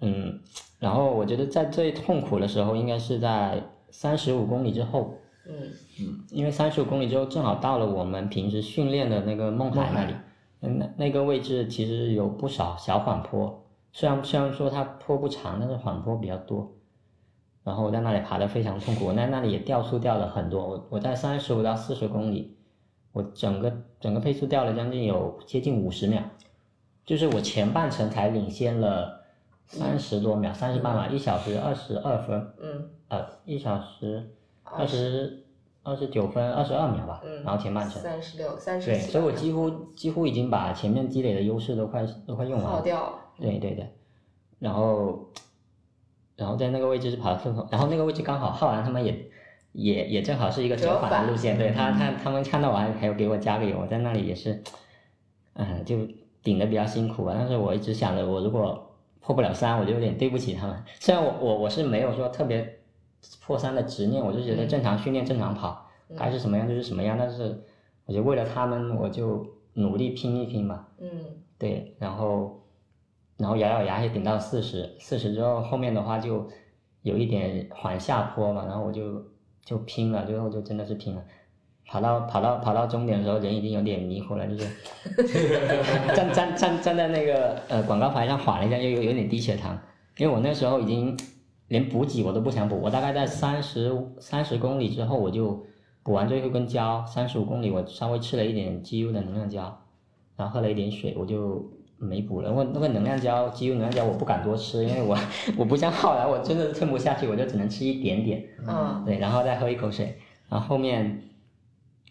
嗯，然后我觉得在最痛苦的时候应该是在三十五公里之后，嗯，因为三十五公里之后正好到了我们平时训练的那个梦海那里，嗯那那个位置其实有不少小缓坡，虽然虽然说它坡不长，但是缓坡比较多。然后我在那里爬得非常痛苦，我在那里也掉速掉了很多，我我在三十五到四十公里，我整个整个配速掉了将近有接近五十秒，就是我前半程才领先了三十多秒，三十八秒，一小时二十二分，嗯，呃，一小时二二十二十九分二十二秒吧，嗯然后前半程，三十六、三十对，七，所以我几乎几乎已经把前面积累的优势都快都快用完耗了，掉了。对对对，然后然后在那个位置是跑得顺风，然后那个位置刚好浩然他们也也也正好是一个折返的路线，对他他他们看到我还还有给我加个油，我在那里也是，嗯，就顶的比较辛苦吧，啊但是我一直想着我如果破不了三，我就有点对不起他们。虽然我我我是没有说特别破三的执念，我就觉得正常训练正常跑，该是什么样就是什么样，但是我就为了他们，我就努力拼一拼吧。嗯，对，然后然后咬咬牙也顶到四十，四十之后后面的话就有一点缓下坡嘛，然后我就就拼了，最后就真的是拼了。跑到跑到跑到终点的时候，人已经有点迷糊了，就是 站站站站在那个呃广告牌上缓了一下，又有有点低血糖，因为我那时候已经连补给我都不想补，我大概在三十三十公里之后，我就补完最后一根胶，三十五公里我稍微吃了一点 GU 的能量胶，然后喝了一点水，我就没补了。我那个能量胶，肌肉能量胶，我不敢多吃，因为我我不像浩然，我真的是撑不下去，我就只能吃一点点，嗯对，然后再喝一口水。然后后面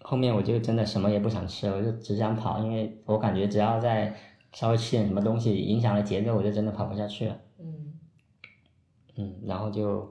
后面我就真的什么也不想吃了，我就只想跑，因为我感觉只要再稍微吃点什么东西影响了节奏，我就真的跑不下去了。嗯，嗯，然后就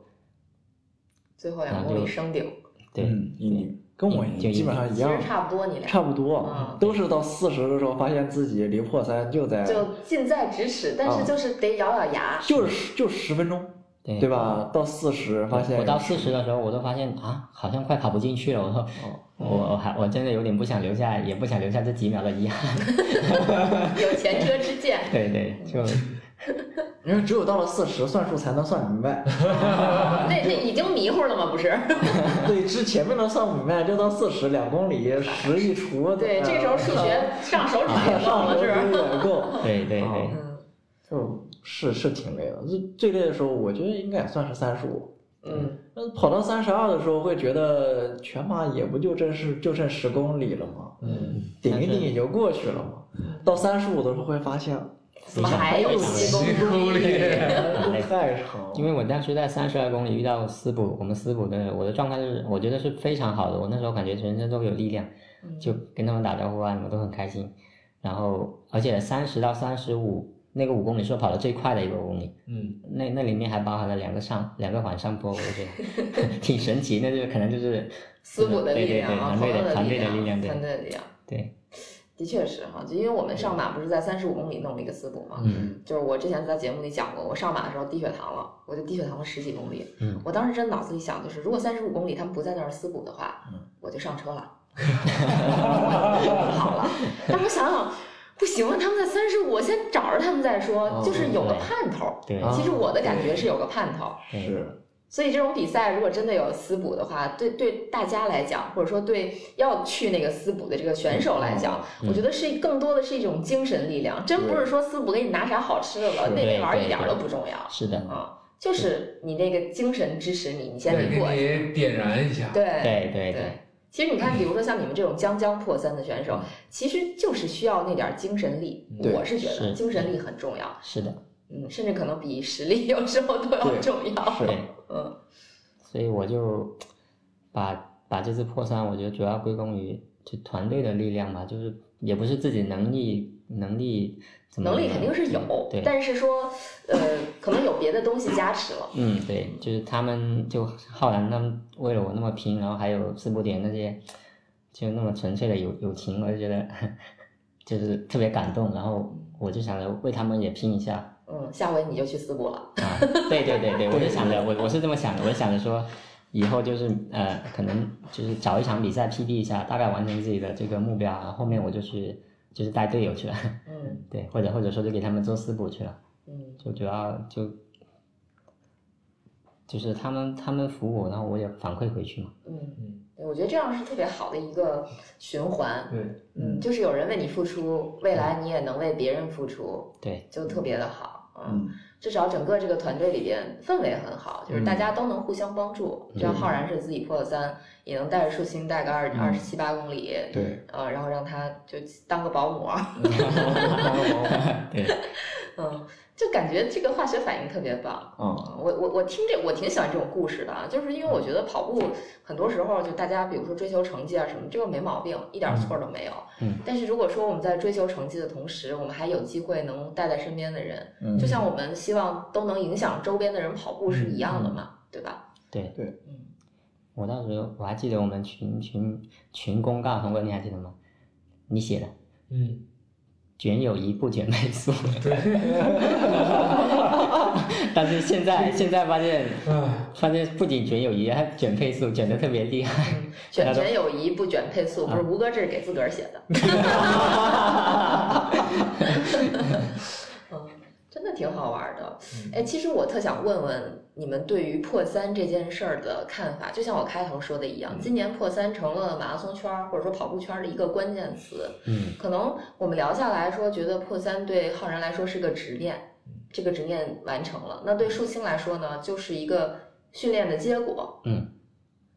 最后两公里升顶，对、嗯，你跟我就一基本上一其样实，差不多，你俩差不多嗯，都是到四十的时候发现自己离破三就在，就近在咫尺，但是啊就是得咬咬牙。就是就十分钟，对对？吧？到四十发现嗯我到四十的时候，我都发现啊，好像快跑不进去了。我说，哦我我还我真的有点不想留下，也不想留下这几秒的遗憾。 有前车之鉴。对对，就因为只有到了四十，算术才能算明白。那那已经迷糊了吗？不是， 对，之前面能算明白，就到四十两公里十一啊除，对，这时候数学上手指也也忘 上了，是吧？也够。对对对嗯，就是是挺累的。最最累的时候，我觉得应该也算是三十五。嗯，那跑到三十二的时候，会觉得全马也不就真是就剩十公里了吗？嗯，顶一顶也就过去了嘛。到三十五的时候会发现，怎么还有七公七公里里？路太长。因为我当时在三十二公里遇到司补，我们司补的我的状态是，我觉得是非常好的。我那时候感觉全身都有力量，嗯就跟他们打招呼啊，你们都很开心。然后，而且三十到三十五那个五公里是我跑的最快的一个五公里，嗯，那那里面还包含了两个上两个环上坡，我觉得 挺神奇。那就是可能就是司补的力量对对对啊，团朋队友的团队力力量，对团队的力量，对，的确是哈。就因为我们上马不是在三十五公里弄了一个司补嘛，嗯就是我之前在节目里讲过，我上马的时候低血糖了，我就低血糖了十几公里。嗯，我当时真脑子里想，就是如果三十五公里他们不在那儿私补的话，嗯我就上车了， 好了。但我想想，不行啊，他们在三十五，我先找着他们再说，哦就是有个对盼头。对啊其实我的感觉是有个盼头。对是，所以这种比赛如果真的有私补的话，对对大家来讲，或者说对要去那个私补的这个选手来讲，嗯我觉得是一更多的是一种精神力量，真不是说私补给你拿啥好吃的了，是那那玩意儿对一点儿对都不重要是的，啊，就是你那个精神支持你，你先对，得给过去。你点燃一下，对对对对对。嗯其实你看，比如说像你们这种将将破三的选手，其实就是需要那点儿精神力。对我是觉得是嗯精神力很重要，是的，嗯，甚至可能比实力 有时候都要对重要。是对。嗯，所以我就把把这次破三，我觉得主要归功于就团队的力量吧，就是也不是自己能力能力怎么能力样肯定是有对，，但是说，呃，可能有别的东西加持了。嗯对，就是他们就浩然他们为了我那么拼，然后还有四波点那些就那么纯粹的友友情，我就觉得 就是特别感动，然后我就想着为他们也拼一下。嗯，下回你就去四部了。啊，对对对对，我就想着我我是这么想的，我想着说，以后就是呃，可能就是找一场比赛 PB 一下，大概完成自己的这个目标，然啊后后面我就去就是带队友去了， 嗯对，或者或者说就给他们做私补去了，嗯就主要就就是他们他们服务我，然后我也反馈回去嘛，嗯嗯，对我觉得这样是特别好的一个循环。对，嗯，就是有人为你付出，未来你也能为别人付出，对，就特别的好。嗯，嗯，至少整个这个团队里边氛围很好，就是大家都能互相帮助。就像浩然是自己破了三，也能带着树青带个二二十七八公里， 对，呃，然后让他就当个保姆啊。 对，嗯，就感觉这个化学反应特别棒。嗯，嗯我我我听这我挺喜欢这种故事的啊，就是因为我觉得跑步很多时候就大家比如说追求成绩啊什么，这个没毛病，一点错都没有。嗯。但是如果说我们在追求成绩的同时，我们还有机会能带在身边的人，嗯就像我们希望都能影响周边的人跑步是一样的嘛，对吧？对对，嗯，我当时我还记得我们群群群公告，红哥你还记得吗？你写的。嗯，卷友谊不卷倍速。 但是现在现在发现， 唉，发现不仅卷友谊，还卷配速，卷的特别厉害。卷大家都卷友谊不卷配速，不是吴哥这是给自个儿写的。嗯，真的挺好玩的。哎，其实我特想问问你们对于破三这件事儿的看法，就像我开头说的一样，今年破三成了马拉松圈儿或者说跑步圈儿的一个关键词。嗯，可能我们聊下来说，觉得破三对浩然来说是个执念，嗯这个执念完成了。那对树青来说呢，就是一个训练的结果。嗯，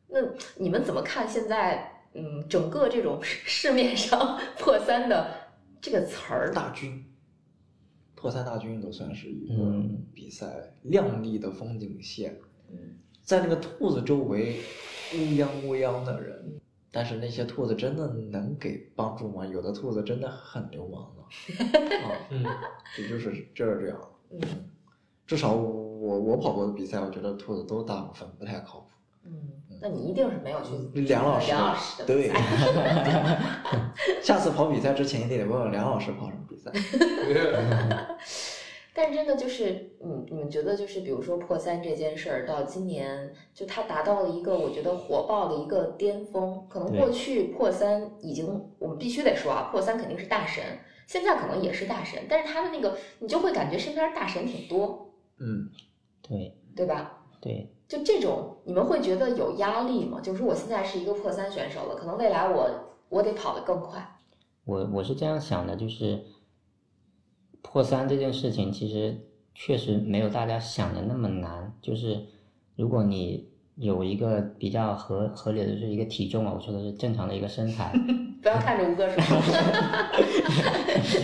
那你们怎么看现在嗯整个这种 市市面上 破三的这个词儿？大军，破三大军都算是一个嗯比赛亮丽的风景线。嗯在那个兔子周围，乌泱乌泱的人，但是那些兔子真的能给帮助吗？有的兔子真的很流氓的，啊，嗯，也就是就是这样。嗯至少我我跑过的比赛，我觉得兔子都大部分不太靠谱。嗯，那你一定是没有去嗯梁老师，梁老师的比对赛。 下次跑比赛之前，一定得问问梁老师跑什么比赛。但真的就是，嗯，你们觉得就是，比如说破三这件事儿，到今年就它达到了一个我觉得火爆的一个巅峰。可能对过去破三已经，我们必须得说啊，破三肯定是大神，现在可能也是大神，但是他的那个，你就会感觉身边大神挺多，嗯，对对吧？对，就这种，你们会觉得有压力吗？就是我现在是一个破三选手了，可能未来我我得跑得更快。我我是这样想的，就是破三这件事情，其实确实没有大家想的那么难。就是如果你有一个比较合合理的，就是一个体重啊，我说的是正常的一个身材，不要看着吴哥 说，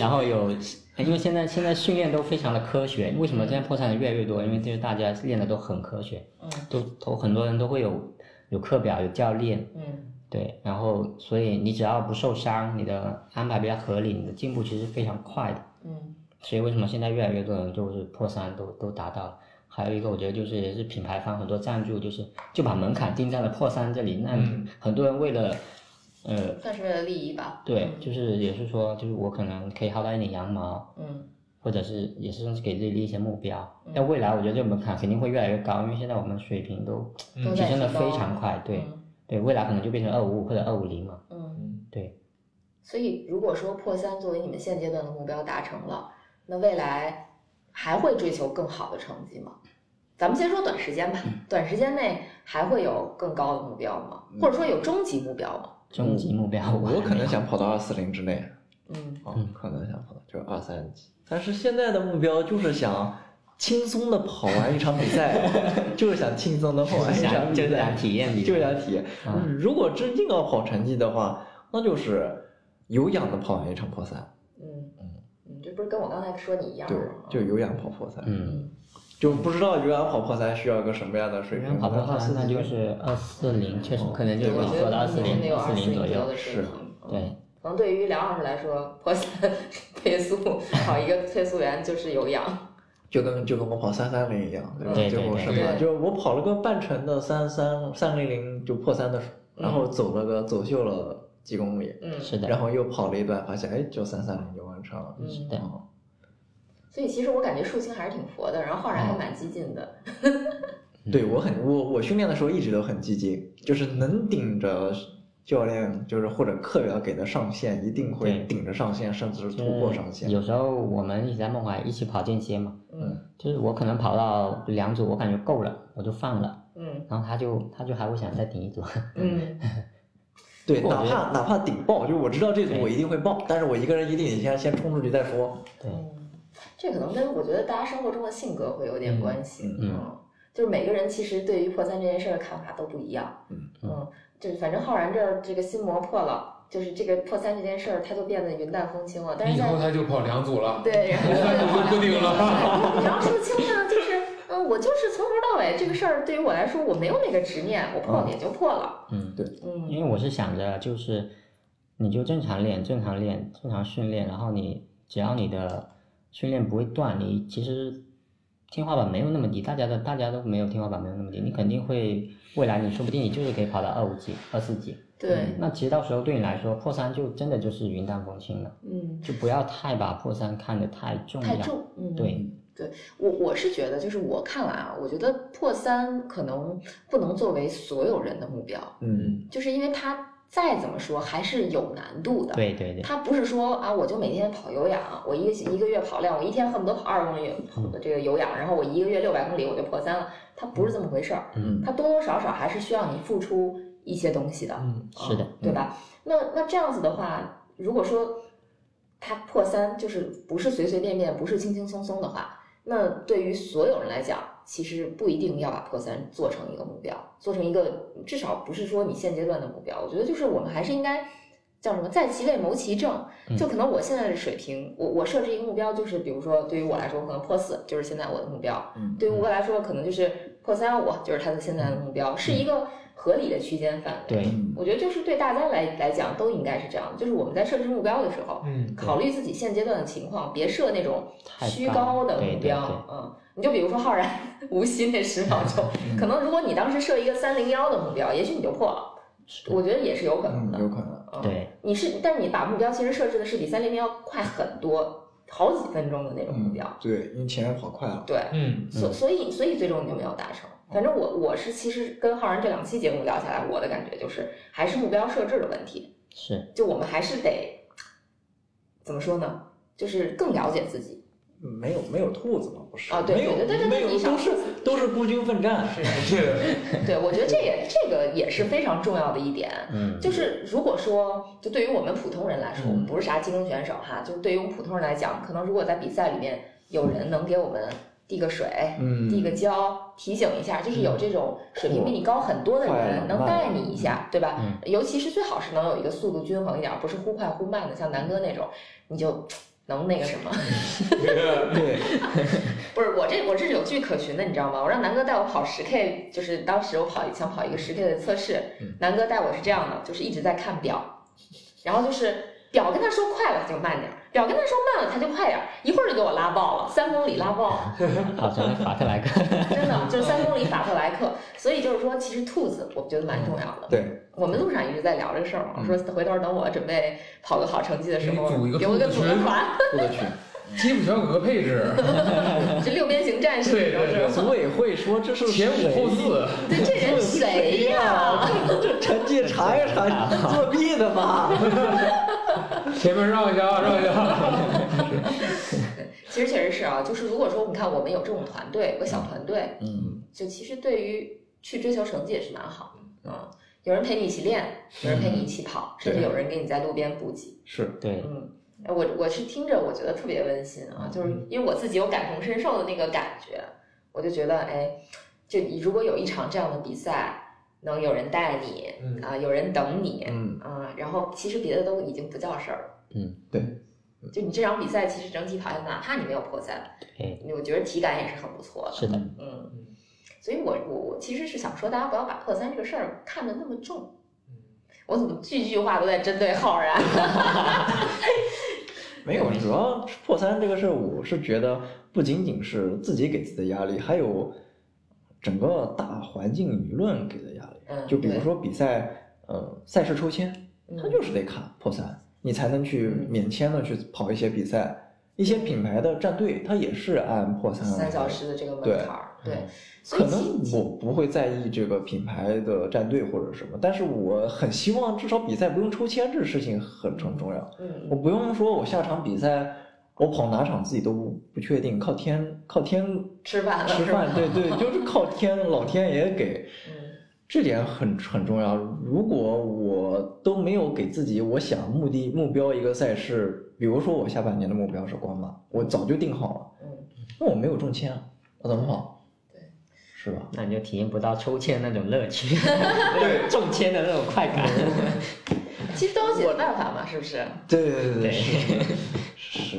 然后有，因为现在现在训练都非常的科学，为什么现在破产的越来越多？因为就是大家练的都很科学，嗯都都很多人都会有有课表、有教练，嗯对，然后所以你只要不受伤，你的安排比较合理，你的进步其实非常快的。嗯所以为什么现在越来越多人就是破三都都达到了？还有一个我觉得就是也是品牌方很多赞助就是就把门槛定在了破三这里，那嗯很多人为了呃算是为了利益吧。对，就是也是说就是我可能可以薅到一点羊毛，嗯或者是也是给自己立一些目标嗯。但未来我觉得这个门槛肯定会越来越高，因为现在我们水平都嗯都提在升的提高非常快，对嗯对，未来可能就变成二五五或者二五零嘛，嗯，对，所以如果说破三作为你们现阶段的目标达成了，那未来还会追求更好的成绩吗？咱们先说短时间吧，短时间内还会有更高的目标吗？或者说有终极目标吗？终极目标我还没有。我可能想跑到二四零之内，嗯啊嗯，可能想跑到就是二三几。但是现在的目标就是想轻松的跑完一场比赛， 就是想轻松的跑完一场想就比是想赛，体验比赛就是想体验。嗯如果真正要跑成绩的话，那就是有氧的跑完一场破三，嗯嗯，这不是跟我刚才说你一样对吗？，就有氧跑破三，嗯，嗯就不知道有氧跑破三需要一个什么样的水因平为。跑步的话可能24那就是二四嗯零，确实可能就对，是我你觉说得的二四真的零有二二四零左左右的，水是平。嗯对，可能对于梁老师来说，破三 配速跑一个配速员就是有氧。就跟就跟我跑三三零一样，对吧？对就对我对什么，对就是我跑了个半程的三三三零零就破三的，然嗯后走了个走秀了几公里，嗯，是然的，后又跑了一段，发现哎，就三三零就完成了。嗯是的，嗯所以其实我感觉树青还是挺佛的，然后浩然还蛮激进的。对我很我我训练的时候一直都很积极，就是能顶着教练就是或者课表给的上限，一定会对顶着上限，甚至是突破上限。有时候我们一起在梦华一起跑间歇嘛，嗯就是我可能跑到两组，我感觉够了，我就放了，嗯然后他就他就还会想再顶一组，嗯对，我哪觉得怕哪怕顶爆，就是我知道这组对我一定会爆，但是我一个人一定得先先冲出去再说。 对，嗯，这可能跟我觉得大家生活中的性格会有点关系。嗯嗯就是每个人其实对于破三这件事儿的看法都不一样。嗯嗯，就是反正浩然这儿这个心魔破了，就是这个破三这件事儿，他就变得云淡风轻了。但是以在后他就跑两组了，对， 然后三组就不顶 了。然后说清呢，就是嗯，我就是从头到尾这个事儿对于我来说，我没有那个执念，我破了也就破了。嗯。嗯因为我是想着就是，你就正常练，正常练，正常训练，然后你只要你的训练不会断，你其实天花板没有那么低，大家的大家都没有天花板没有那么低，你肯定会未来你说不定你就是可以跑到二五几、二四几，嗯对，那其实到时候对你来说破三就真的就是云淡风轻了，嗯，就不要太把破三看得太重要，太重，嗯，。对，我我是觉得，就是我看来啊，我觉得破三可能不能作为所有人的目标，嗯，就是因为它再怎么说还是有难度的。，对对对，它不是说啊，我就每天跑有氧，我一个一个月跑量，我一天恨不得跑二十公里的这个有氧，然后我一个月六百公里我就破三了，它不是这么回事儿，嗯，它多多少少还是需要你付出一些东西的。啊嗯，是的，对吧？那那这样子的话，如果说他破三就是不是随随便便，不是轻轻松松的话，那对于所有人来讲，其实不一定要把破三做成一个目标，做成一个至少不是说你现阶段的目标。我觉得就是我们还是应该。叫什么？在其位谋其政，嗯就可能我现在的水平，我我设置一个目标，就是比如说，对于我来说，可能破四就是现在我的目标，对于吴哥来说，可能就是破三幺五就是他的现在的目标，是一个合理的区间范围。嗯对嗯我觉得就是对大家来来讲都应该是这样的，就是我们在设置目标的时候，嗯，考虑自己现阶段的情况，别设那种太虚高高的对目对标。对嗯，你就比如说浩然无锡那十秒钟，嗯可能如果你当时设一个三零幺的目标，也许你就破了，我觉得也是有可能嗯，的。有可能。嗯对，你是，但你把目标其实设置的是比三零幺快很多，好几分钟的那嗯种目标。对，因为前面跑快了。对，嗯，所所以所以最终你就没有达成。反正我我是其实跟浩然这两期节目聊下来，我的感觉就是还是目标设置的问题，是，就我们还是得怎么说呢？就是更了解自己。没有没有兔子嘛，不是啊对没有对对对对没有你想都是都是孤军奋战，是对，我觉得这也这个也是非常重要的一点。嗯，就是如果说，就对于我们普通人来说，我们不是啥精英选手哈，就是对于我们普通人来讲，可能如果在比赛里面有人能给我们递个水，嗯递个胶，提醒一下，就是有这种水平比你高很多的快人了能慢带了你一下，对吧？嗯尤其是最好是能有一个速度均衡一点，不是忽快忽慢的，像南哥那种，你就能那个什么。 对，不是我这我这是有据可循的，你知道吗？我让南哥带我跑十 K，就是当时我跑想跑一个十 K 的测试，嗯南哥带我是这样的，就是一直在看表，然后就是表跟他说快了他就慢点儿，表跟他说慢了他就快点儿，一会儿就给我拉爆了，三公里拉爆，好像法特莱克，真的就是三公里法特莱克。所以就是说，其实兔子我觉得蛮重要的。对，我们路上一直在聊这事儿嘛，我说回头等我准备跑个好成绩的时候给你组一，个给我一个兔子组个群团， 不得群。基普乔格配 置，这六边形战士对你知道对是对吗？组委会说这是前五谁后四，对，这人谁呀、这成绩查一查，作弊的 吧？前面让一下，啊，让一下。其实确实是啊，就是如果说你看我们有这种团队，有个小团队，嗯，就其实对于去追求成绩也是蛮好的啊、嗯。有人陪你一起练，有人陪你一起跑，甚至有人给你在路边补给。是，对，嗯，哎我我是听着我觉得特别温馨啊，就是因为我自己有感同身受的那个感觉，我就觉得哎，就你如果有一场这样的比赛，能有人带你嗯啊、有人等你，嗯，啊，然后其实别的都已经不叫事儿了。嗯，对。就你这场比赛，其实整体跑下来，哪怕你没有破三，对，我觉得体感也是很不错的。是的，嗯，所以我我我其实是想说，大家不要把破三这个事儿看得那么重。我怎么句句话都在针对啊浩然？没有，主要破三这个事儿，我是觉得不仅仅是自己给自己的压力，还有整个大环境舆论给的压力。 嗯，就比如对，说比赛，呃，赛事抽签，嗯他就是得卡破三，你才能去免签的去跑一些比赛。一些品牌的战队，它也是按破三来三的小时的这个门嗯对嗯槛儿，对，所可以其能其我不会在意这个品牌的战队或者什么，但是我很希望至少比赛不用抽签，这事情很很重要。嗯我不用说我下场比赛我跑哪场自己都不不确定，靠天靠天吃饭了吃是吧饭，对对，就是靠天，老天爷给。嗯这点很很重要。如果我都没有给自己我想目的目标一个赛事，比如说我下半年的目标是光马，我早就定好了，嗯，那我没有中签啊，我怎么跑？对，是吧？那你就体验不到抽签的那种乐趣，对中签的那种快感。其实都有解决办法嘛，是不是？对对对对是是，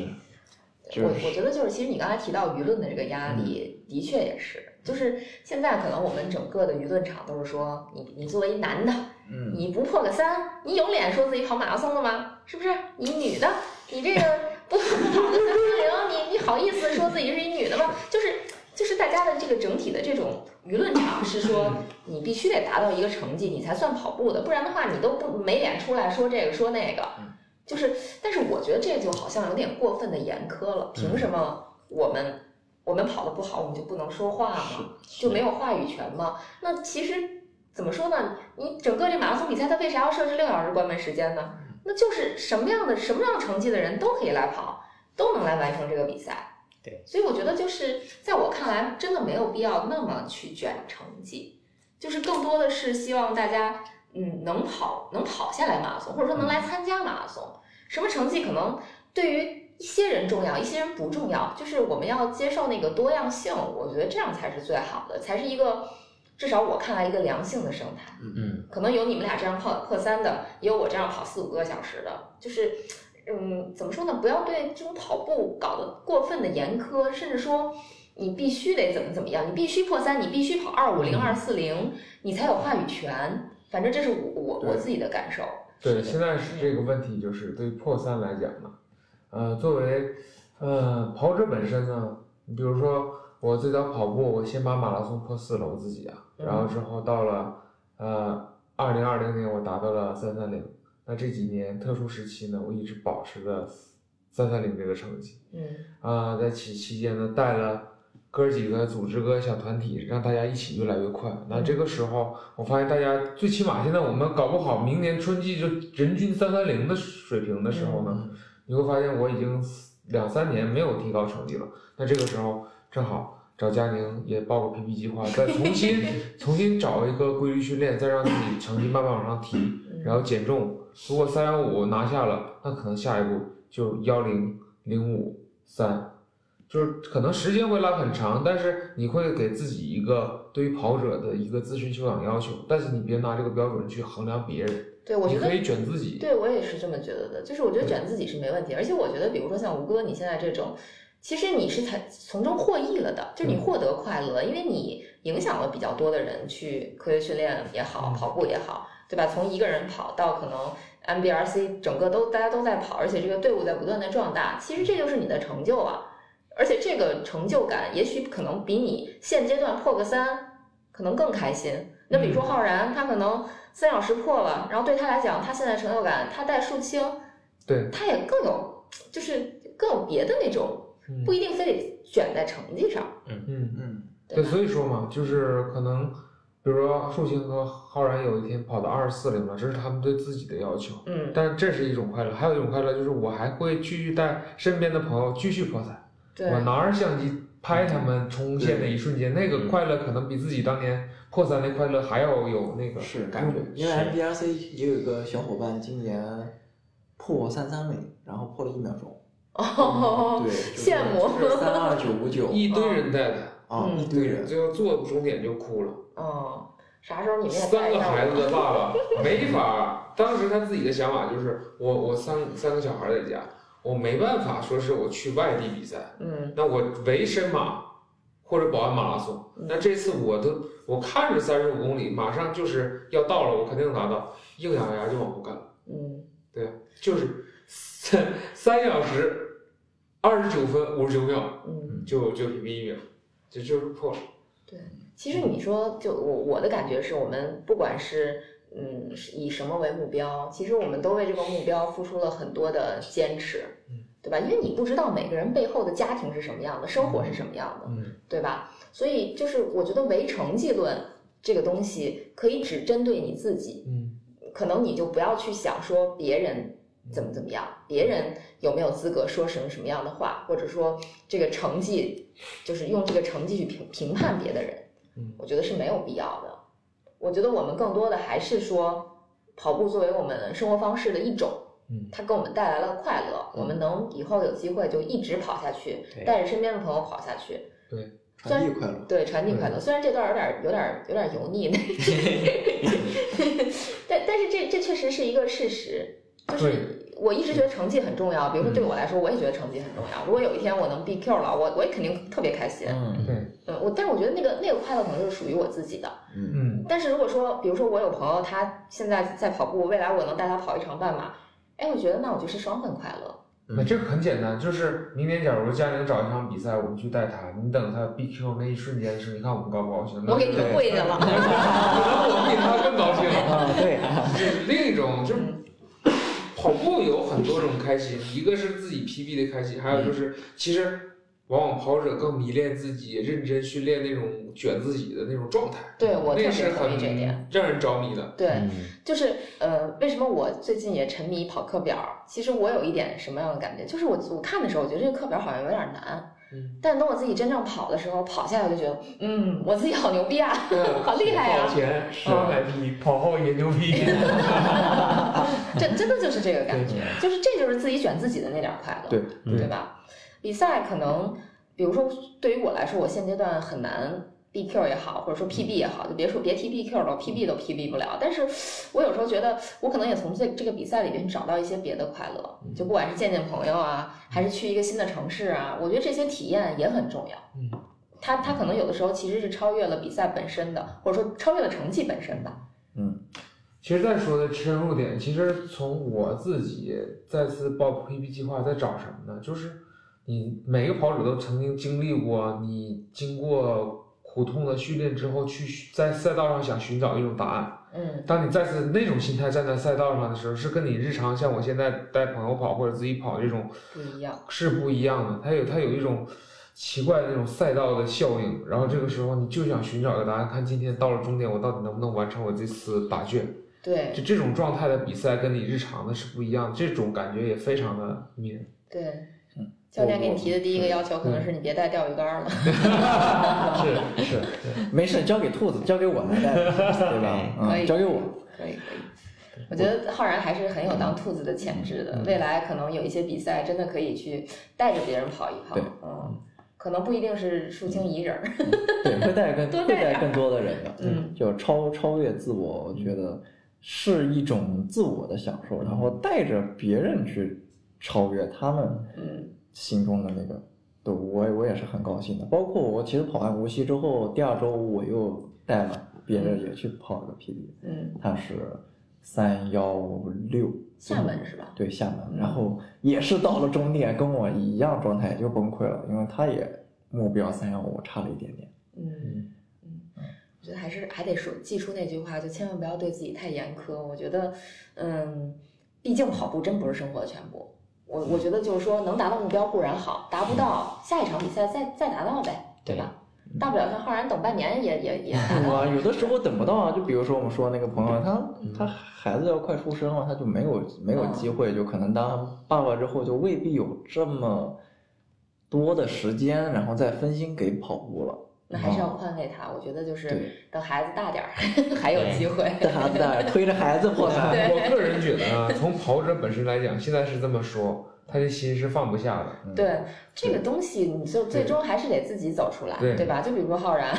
就我是嗯我觉得就是，其实你刚才提到舆论的这个压力，的确也是，就是现在可能我们整个的舆论场都是说，你你作为一男的，嗯，你不破个三，你有脸说自己跑马拉松了吗？是不是？你女的，你 这个不不跑个三三零，你你好意思说自己是一女的吗？就是就是大家的这个整体的这种舆论场是说，嗯你必须得达到一个成绩，你才算跑步的，不然的话你都不没脸出来说这个说那个。就是，但是我觉得这就好像有点过分的严苛了。凭什么我们我们跑的不好，我们就不能说话吗？就没有话语权吗？那其实怎么说呢？你整个这马拉松比赛，它为啥要设置六小时关门时间呢？那就是什么样的什么样成绩的人都可以来跑，都能来完成这个比赛。对，所以我觉得就是在我看来，真的没有必要那么去卷成绩，就是更多的是希望大家嗯能跑能跑下来马拉松，或者说能来参加马拉松。什么成绩可能对于一些人重要，一些人不重要，就是我们要接受那个多样性，我觉得这样才是最好的，才是一个至少我看来一个良性的生态。嗯，可能有你们俩这样跑破三的，也有我这样跑四五个小时的，就是，嗯，怎么说呢？不要对这种跑步搞得过分的严苛，甚至说你必须得怎么怎么样，你必须破三，你必须跑二五零、嗯二四零，你才有话语权。反正这是我我我对自己的感受。对，现在是这个问题，就是对于破三来讲呢，呃，作为呃跑者本身呢，你比如说我最早跑步，我先把马拉松破四了，我自己啊，嗯然后之后到了呃二零二零年，我达到了三三零，那这几年特殊时期呢，我一直保持着三三零这个成绩嗯啊、在其期间呢，带了。哥几个组织个小团体，让大家一起越来越快。那这个时候，我发现大家最起码现在我们搞不好，明年春季就人均三三零的水平的时候呢，你会发现我已经两三年没有提高成绩了。那这个时候正好找佳宁也报个 PP 计划，再重新重新找一个规律训练，再让自己成绩慢慢往上提，嗯然后减重。如果三幺五拿下了，那可能下一步就幺零零五三。就是可能时间会拉很长，但是你会给自己一个对于跑者的一个自身修养要求，但是你别拿这个标准去衡量别人，对，我你觉得可以卷自己。对我也是这么觉得的，就是我觉得卷自己是没问题，而且我觉得，比如说像吴哥你现在这种，其实你是才从中获益了的，就是你嗯获得快乐，因为你影响了比较多的人去科学训练也好，嗯跑步也好，对吧？从一个人跑到可能 MBRC 整个都大家都在跑，而且这个队伍在不断的壮大，其实这就是你的成就啊。而且这个成就感，也许可能比你现阶段破个三，可能更开心。那比如嗯说浩然，他可能三小时破了，然后对他来讲，他现在成就感，他带数清，对，他也更有，就是更有别的那种，嗯不一定非得卷在成绩上。嗯，嗯，对对，吧所以说嘛，就是可能，比如说树星和浩然有一天跑到二十四零了，这是他们对自己的要求，嗯，但是这是一种快乐，还有一种快乐就是我还会继续带身边的朋友继续破三。对 嗯我拿着相机拍他们冲线的一瞬间，那个快乐可能比自己当年破三的快乐还要有那个是嗯感觉。因为是 MBRC 也有一个小伙伴今年破三三零，然后破了一秒钟，哦，对，羡慕三二九五 九一堆人带的，啊，嗯一堆人，最后坐到终点就哭了。嗯，啥时候你们也带三一个下孩子我？的爸爸没法，当时他自己的想法就是，我我三三个小孩在家，我没办法说是我去外地比赛，嗯那我维申马或者保安马拉松，嗯那这次我都我看着三十五公里，马上就是要到了，我肯定拿到，硬咬牙就往后干。嗯，就是三三小时二十九分五十九秒，嗯，就就比一秒，这就是破了。其实你说，就我我的感觉是我们不管是嗯是以什么为目标，其实我们都为这个目标付出了很多的坚持嗯，对吧？因为你不知道每个人背后的家庭是什么样的，生活是什么样的，嗯，对吧？所以就是我觉得唯成绩论这个东西可以只针对你自己，嗯，可能你就不要去想说别人怎么怎么样，别人有没有资格说什么什么样的话，或者说这个成绩就是用这个成绩去评评判别的人嗯，我觉得是没有必要的。我觉得我们更多的还是说，跑步作为我们生活方式的一种嗯，它给我们带来了快乐，我们能以后有机会就一直跑下去，对带着身边的朋友跑下去，传递快乐，对，传递快乐。虽然这段有点儿有点儿有点儿油腻， 但是但但是这这确实是一个事实，就是我一直觉得成绩很重要。比如说对我来说，我也觉得成绩很重要。如果有一天我能 BQ 了，我我也肯定特别开心。嗯对，嗯，我但是我觉得那个那个快乐可能就是属于我自己的。嗯，嗯，但是如果说，比如说我有朋友他现在在跑步，未来我能带他跑一场半马，哎，我觉得那我就是双份快乐。那这个很简单，就是明天假如佳宁找一场比赛，我们去带他，你等他 BQ 那一瞬间的时候，你看我们高不高兴？我给你们跪下了。 我比他更高兴，啊，对，就是另一种，就是嗯跑步有很多种开心，一个是自己 PB 的开心，还有嗯就是其实往往跑者更迷恋自己认真训练那种卷自己的那种状态，对我特那别是同意这很点让人着迷的。对，嗯就是呃，为什么我最近也沉迷跑课表儿？其实我有一点什么样的感觉，就是我我看的时候，我觉得这个课表好像有点难，嗯，但等我自己真正跑的时候，跑下来我就觉得，嗯，我自己好牛逼啊， 嗯好厉害呀、跑前是 IP，跑后也牛 逼。这真的就是这个感觉对，就是这就是自己选自己的那点儿快乐，对对对吧？比赛可能，比如说对于我来说，我现阶段很难 BQ 也好，或者说 PB 也好，就别说别提 BQ 了，PB 都 PB 不了。但是我有时候觉得，我可能也从这这个比赛里边找到一些别的快乐，嗯就不管是见见朋友啊，还是去一个新的城市啊，我觉得这些体验也很重要。嗯，它它可能有的时候其实是超越了比赛本身的，或者说超越了成绩本身吧。其实再说的深入点，其实从我自己再次报 PP 计划在找什么呢？就是你每个跑者都曾经经历过，你经过苦痛的训练之后，去在赛道上想寻找一种答案。嗯当你再次那种心态站在赛道上的时候，是跟你日常像我现在带朋友跑或者自己跑这种不一样。是不一样的。它有它有一种奇怪的那种赛道的效应，然后这个时候你就想寻找一个答案，看今天到了终点，我到底能不能完成我这次答卷。对，就这种状态的比赛跟你日常的是不一样，这种感觉也非常的迷人。对嗯，教练我给你我提的第一个要求可能是你别带钓鱼竿儿了。是是，对没事，交给兔子，交给我来 带，对吧？可以嗯，交 给我，可以可以，我觉得浩然还是很有当兔子的潜质的，未来可能有一些比赛真的可以去带着别人跑一跑对。嗯，可能不一定是肃清一人儿。对，会带更多会带点带更多的人的，嗯，就超超越自我，我觉得是一种自我的享受，然后带着别人去超越他们嗯心中的那个，对我也我也是很高兴的。包括我其实跑完无锡之后，第二周我又带了别人也去跑了个 PB，嗯，他是三幺六，厦门是吧？对厦门，嗯然后也是到了终点，跟我一样状态又崩溃了，因为他也目标三幺五差了一点点。嗯嗯，我觉得还是还得说记出那句话，就千万不要对自己太严苛。我觉得，嗯，毕竟跑步真不是生活的全部。我我觉得就是说，能达到目标固然好，达不到下一场比赛再再达到呗，对吧？大不了像浩然等半年也也也达有 到。啊，有的时候等不到啊，就比如说我们说那个朋友，他嗯他孩子要快出生了，他就没有没有嗯机会，就可能当爸爸之后就未必有这么多的时间，然后再分心给跑步了。那还是要啊宽慰他，我觉得就是对 等孩子大点儿还有机 会。带孩子带推着孩子破对三，我个人觉得啊，从跑者本身来讲，现在是这么说，他的心是放不下的。嗯，对这个东西，你就最终还是得自己走出来，对对吧？就比如说浩然，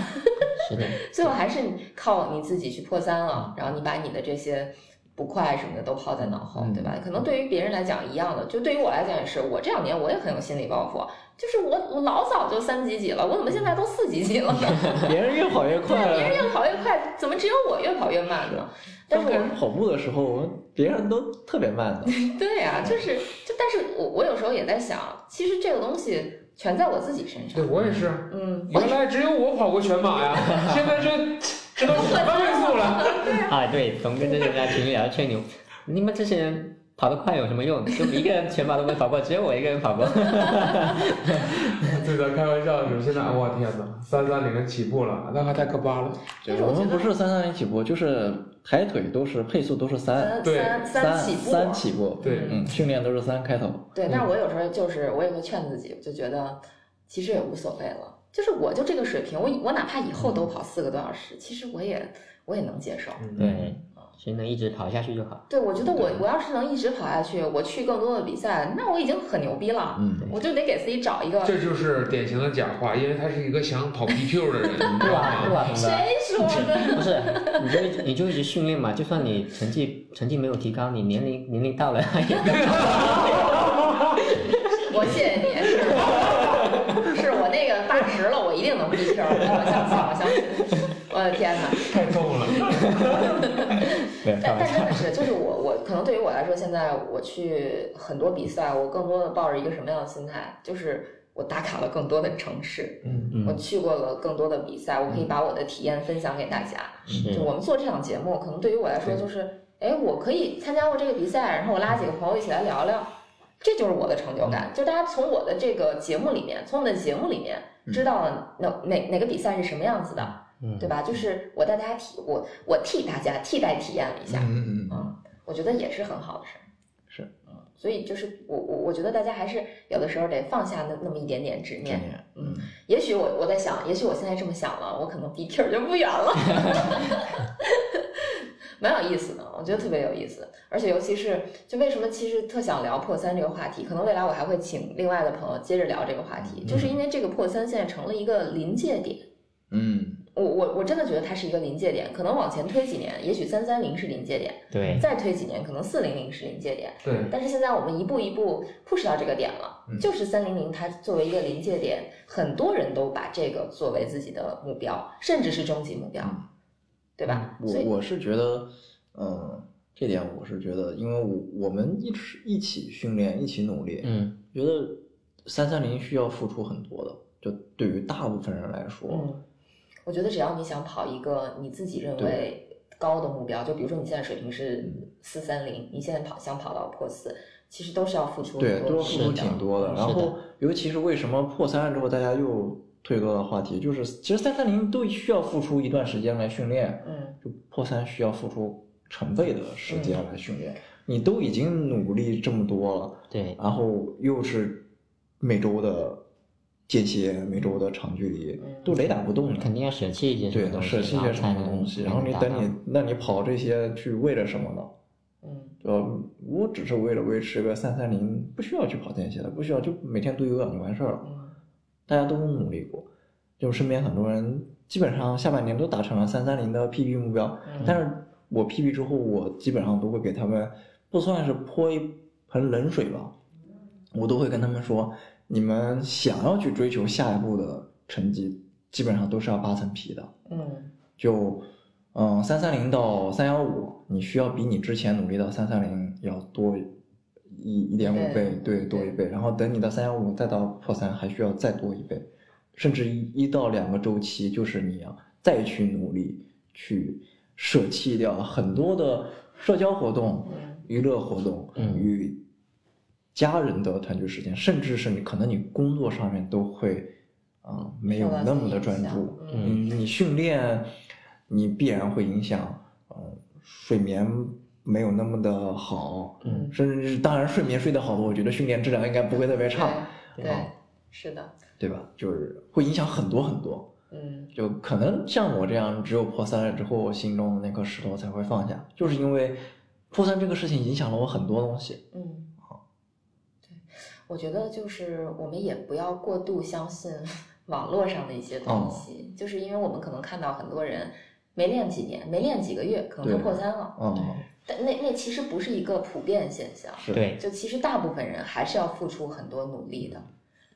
是的， 最后还是靠你自己去破三了，然后你把你的这些不快什么的都抛在脑后，嗯对吧？可能对于别人来讲一样的，就对于我来讲也是，我这两年我也很有心理包袱，就是我我老早就三级几了，我怎么现在都四级几了呢？ 别人越跑越快对，别人了。越跑越快，怎么只有我越跑越慢呢？但当是我我们跑步的时候，别人都特别慢的。对呀、就是就，但是我我有时候也在想，其实这个东西全在我自己身上对。我也是，嗯，我原来只有我跑过全马呀，现在这这都几倍速了。啊，对，总跟这些人在群里聊吹牛，你们这些人跑得快有什么用？就一个人全马都没跑过，只有我一个人跑过。对的，开玩笑的，现在啊我天哪，三三零起步了，那还太可怕了。但是我我觉们得不是三三零起步，就是抬腿都是配速都是三三对三三起步，三起步，对嗯，训练都是三开头。对，但是我有时候就是我也会劝自己，我就觉得其实也无所谓了，就是我就这个水平，我我哪怕以后都跑四个多小时，其实我也我也能接受。 嗯对，啊谁能一直跑下去就好。对，我觉得我我要是能一直跑下去，我去更多的比赛，那我已经很牛逼了。嗯我就得给自己找一个，这就是典型的假话，因为他是一个想跑 PQ 的人，你知 对啊吧？对道吧，吗？童哥？谁说的？ 不是，你就一直你就一直训练嘛，就算你成绩成绩没有提高，你年龄年龄到了 也 我谢谢你， 是是我那个八十了，我一定能 PK，我相信，我相信。我的天哪！太逗了。没有开 但玩但真笑。的是，就是我我可能对于我来说，现在我去很多比赛，我更多的抱着一个什么样的心态？就是我打卡了更多的城市，嗯，我嗯，去过了更多的比赛，我可以把我的体验分享给大家。是就我们做这档节目，可能对于我来说就是，哎，我可以参加过这个比赛，然后我拉几个朋友一起来聊聊，这就是我的成就感。就大家从我的这个节目里面，从我们的节目里面知道了哪哪哪个比赛是什么样子的，嗯对吧？就是我带大家体，我我替大家替代体验了一下，嗯嗯嗯，嗯，我觉得也是很好的事儿。是，嗯，所以就是我我我觉得大家还是有的时候得放下那那么一点点执今念。年，嗯，也许我我在想，也许我现在这么想了，我可能离 Q 就不远了， 蛮有意思的，我觉得特别有意思。而且尤其是就为什么其实特想聊破三这个话题，可能未来我还会请另外的朋友接着聊这个话题，就是因为这个破三现在成了一个临界点。嗯，我我我真的觉得它是一个临界点，可能往前推几年，也许三三零是临界点，对，再推几年可能四零零是临界点，对，但是现在我们一步一步 push 到这个点了，嗯就是三零零它作为一个临界点，很多人都把这个作为自己的目标，甚至是终极目标，嗯对吧？我所以我是觉得，嗯，这点我是觉得，因为我我们一起一起训练，一起努力，嗯，觉得三三零需要付出很多的，就对于大部分人来说，嗯，我觉得只要你想跑一个你自己认为高的目标，就比如说你现在水平是嗯四三零，你现在跑想跑到破四，其实都是要付出对，很都多要付出努力的挺多的。是然的后，尤其是为什么破三了之后，大家又退高的话题，就是其实三三零都需要付出一段时间来训练，嗯就破三需要付出成倍的时间来训练。你都已经努力这么多了。对，啊然后又是每周的间歇，每周的长距离嗯，都雷打不动的。肯定要舍弃一些什对么，东西，舍弃一些什才么能东西，然后你达等到你，那你跑这些去为了什么呢？嗯呃，我只是为了维持个三三零，不需要去跑间歇的，不需要就每天都有氧就完事儿了。嗯，大家都努力过，就身边很多人基本上下半年都达成了三三零的 PB 目标，嗯但是我 PB 之后，我基本上都会给他们不算是泼一盆冷水吧，我都会跟他们说，你们想要去追求下一步的成绩，基本上都是要扒层皮的，嗯就，嗯，三三零到三幺五，你需要比你之前努力到三三零要多一一点五倍，对，多一倍。然后等你到三幺五再到破三，还需要再多一倍，甚至一一到两个周期，就是你要再去努力去舍弃掉很多的社交活动、娱乐活动嗯与家人的团聚时间，甚至是你可能你工作上面都会。啊、没有受到那么自己的影专响注，嗯嗯，你训练，你必然会影响，呃，睡眠没有那么的好，嗯甚至是当然睡眠睡得好的，我觉得训练质量应该不会特别差，对啊对，是的，对吧？就是会影响很多很多，嗯就可能像我这样，只有破三了之后，我心中的那颗石头才会放下，就是因为破三这个事情影响了我很多东西，嗯，对，我觉得就是我们也不要过度相信 网络上的一些哦东西，就是因为我们可能看到很多人没练几年，没练几个月，可能就对破三了，嗯，但那那其实不是一个普遍现象。是，对，就其实大部分人还是要付出很多努力的，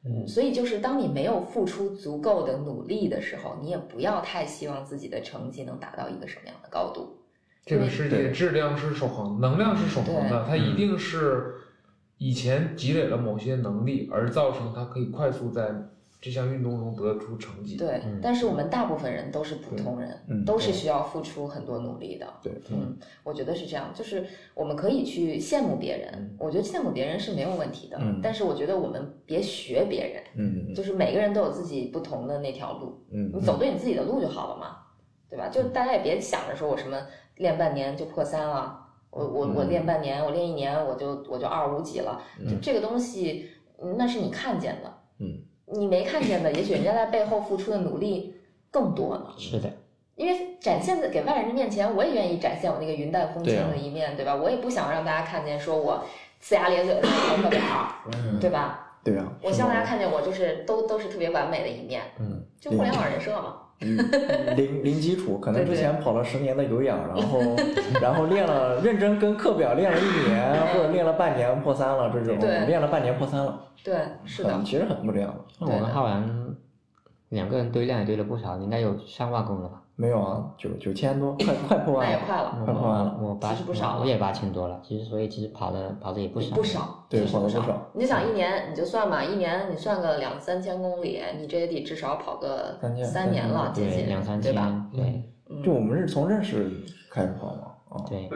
嗯所以就是当你没有付出足够的努力的时候，你也不要太希望自己的成绩能达到一个什么样的高度。这个世界对质量是守恒，能量是守恒的，它一定是以前积累了某些能力，而造成它可以快速在这项运动中得出成绩。对，嗯但是我们大部分人都是普通人，嗯都是需要付出很多努力的。对，嗯，我觉得是这样，就是我们可以去羡慕别人，我觉得羡慕别人是没有问题的，嗯但是我觉得我们别学别人，嗯就是每个人都有自己不同的那条路，嗯你走对你自己的路就好了嘛，对吧？就大家也别想着说我什么练半年就破三了，我我我嗯练半年，我练一年我就我就二五几了，就嗯这个东西嗯那是你看见的，嗯，你没看见的，也许人家在背后付出的努力更多呢。是的，因为展现在给外人的面前，我也愿意展现我那个云淡风轻对啊的一面，对吧？我也不想让大家看见说我呲牙咧嘴的小破婊儿，嗯，对吧？对啊，我希望大家看见我就是都都是特别完美的一面，嗯，就互联网人设嘛。嗯零零基础，可能对对之前跑了十年的有氧，然后 然后练了认真跟课表练了一年，或者练了半年破三了这种，对练了半年破三了，对，是的很，其实很不这样的。那我跟浩然两个人堆量也堆了不少，应该有上万公了吧？没有啊，九九千多，快快破那万也了，快了，快破万了，我八其实不少了我也八千多了，其实所以其实跑的跑的也不少，不少，对其实跑得不不少你就想一年，你就算吧，一年你算个两三千公里，你这也得至少跑个三千三年了，接对，近两三对千吧？，对嗯就我们是从认识开始跑嘛，啊，对，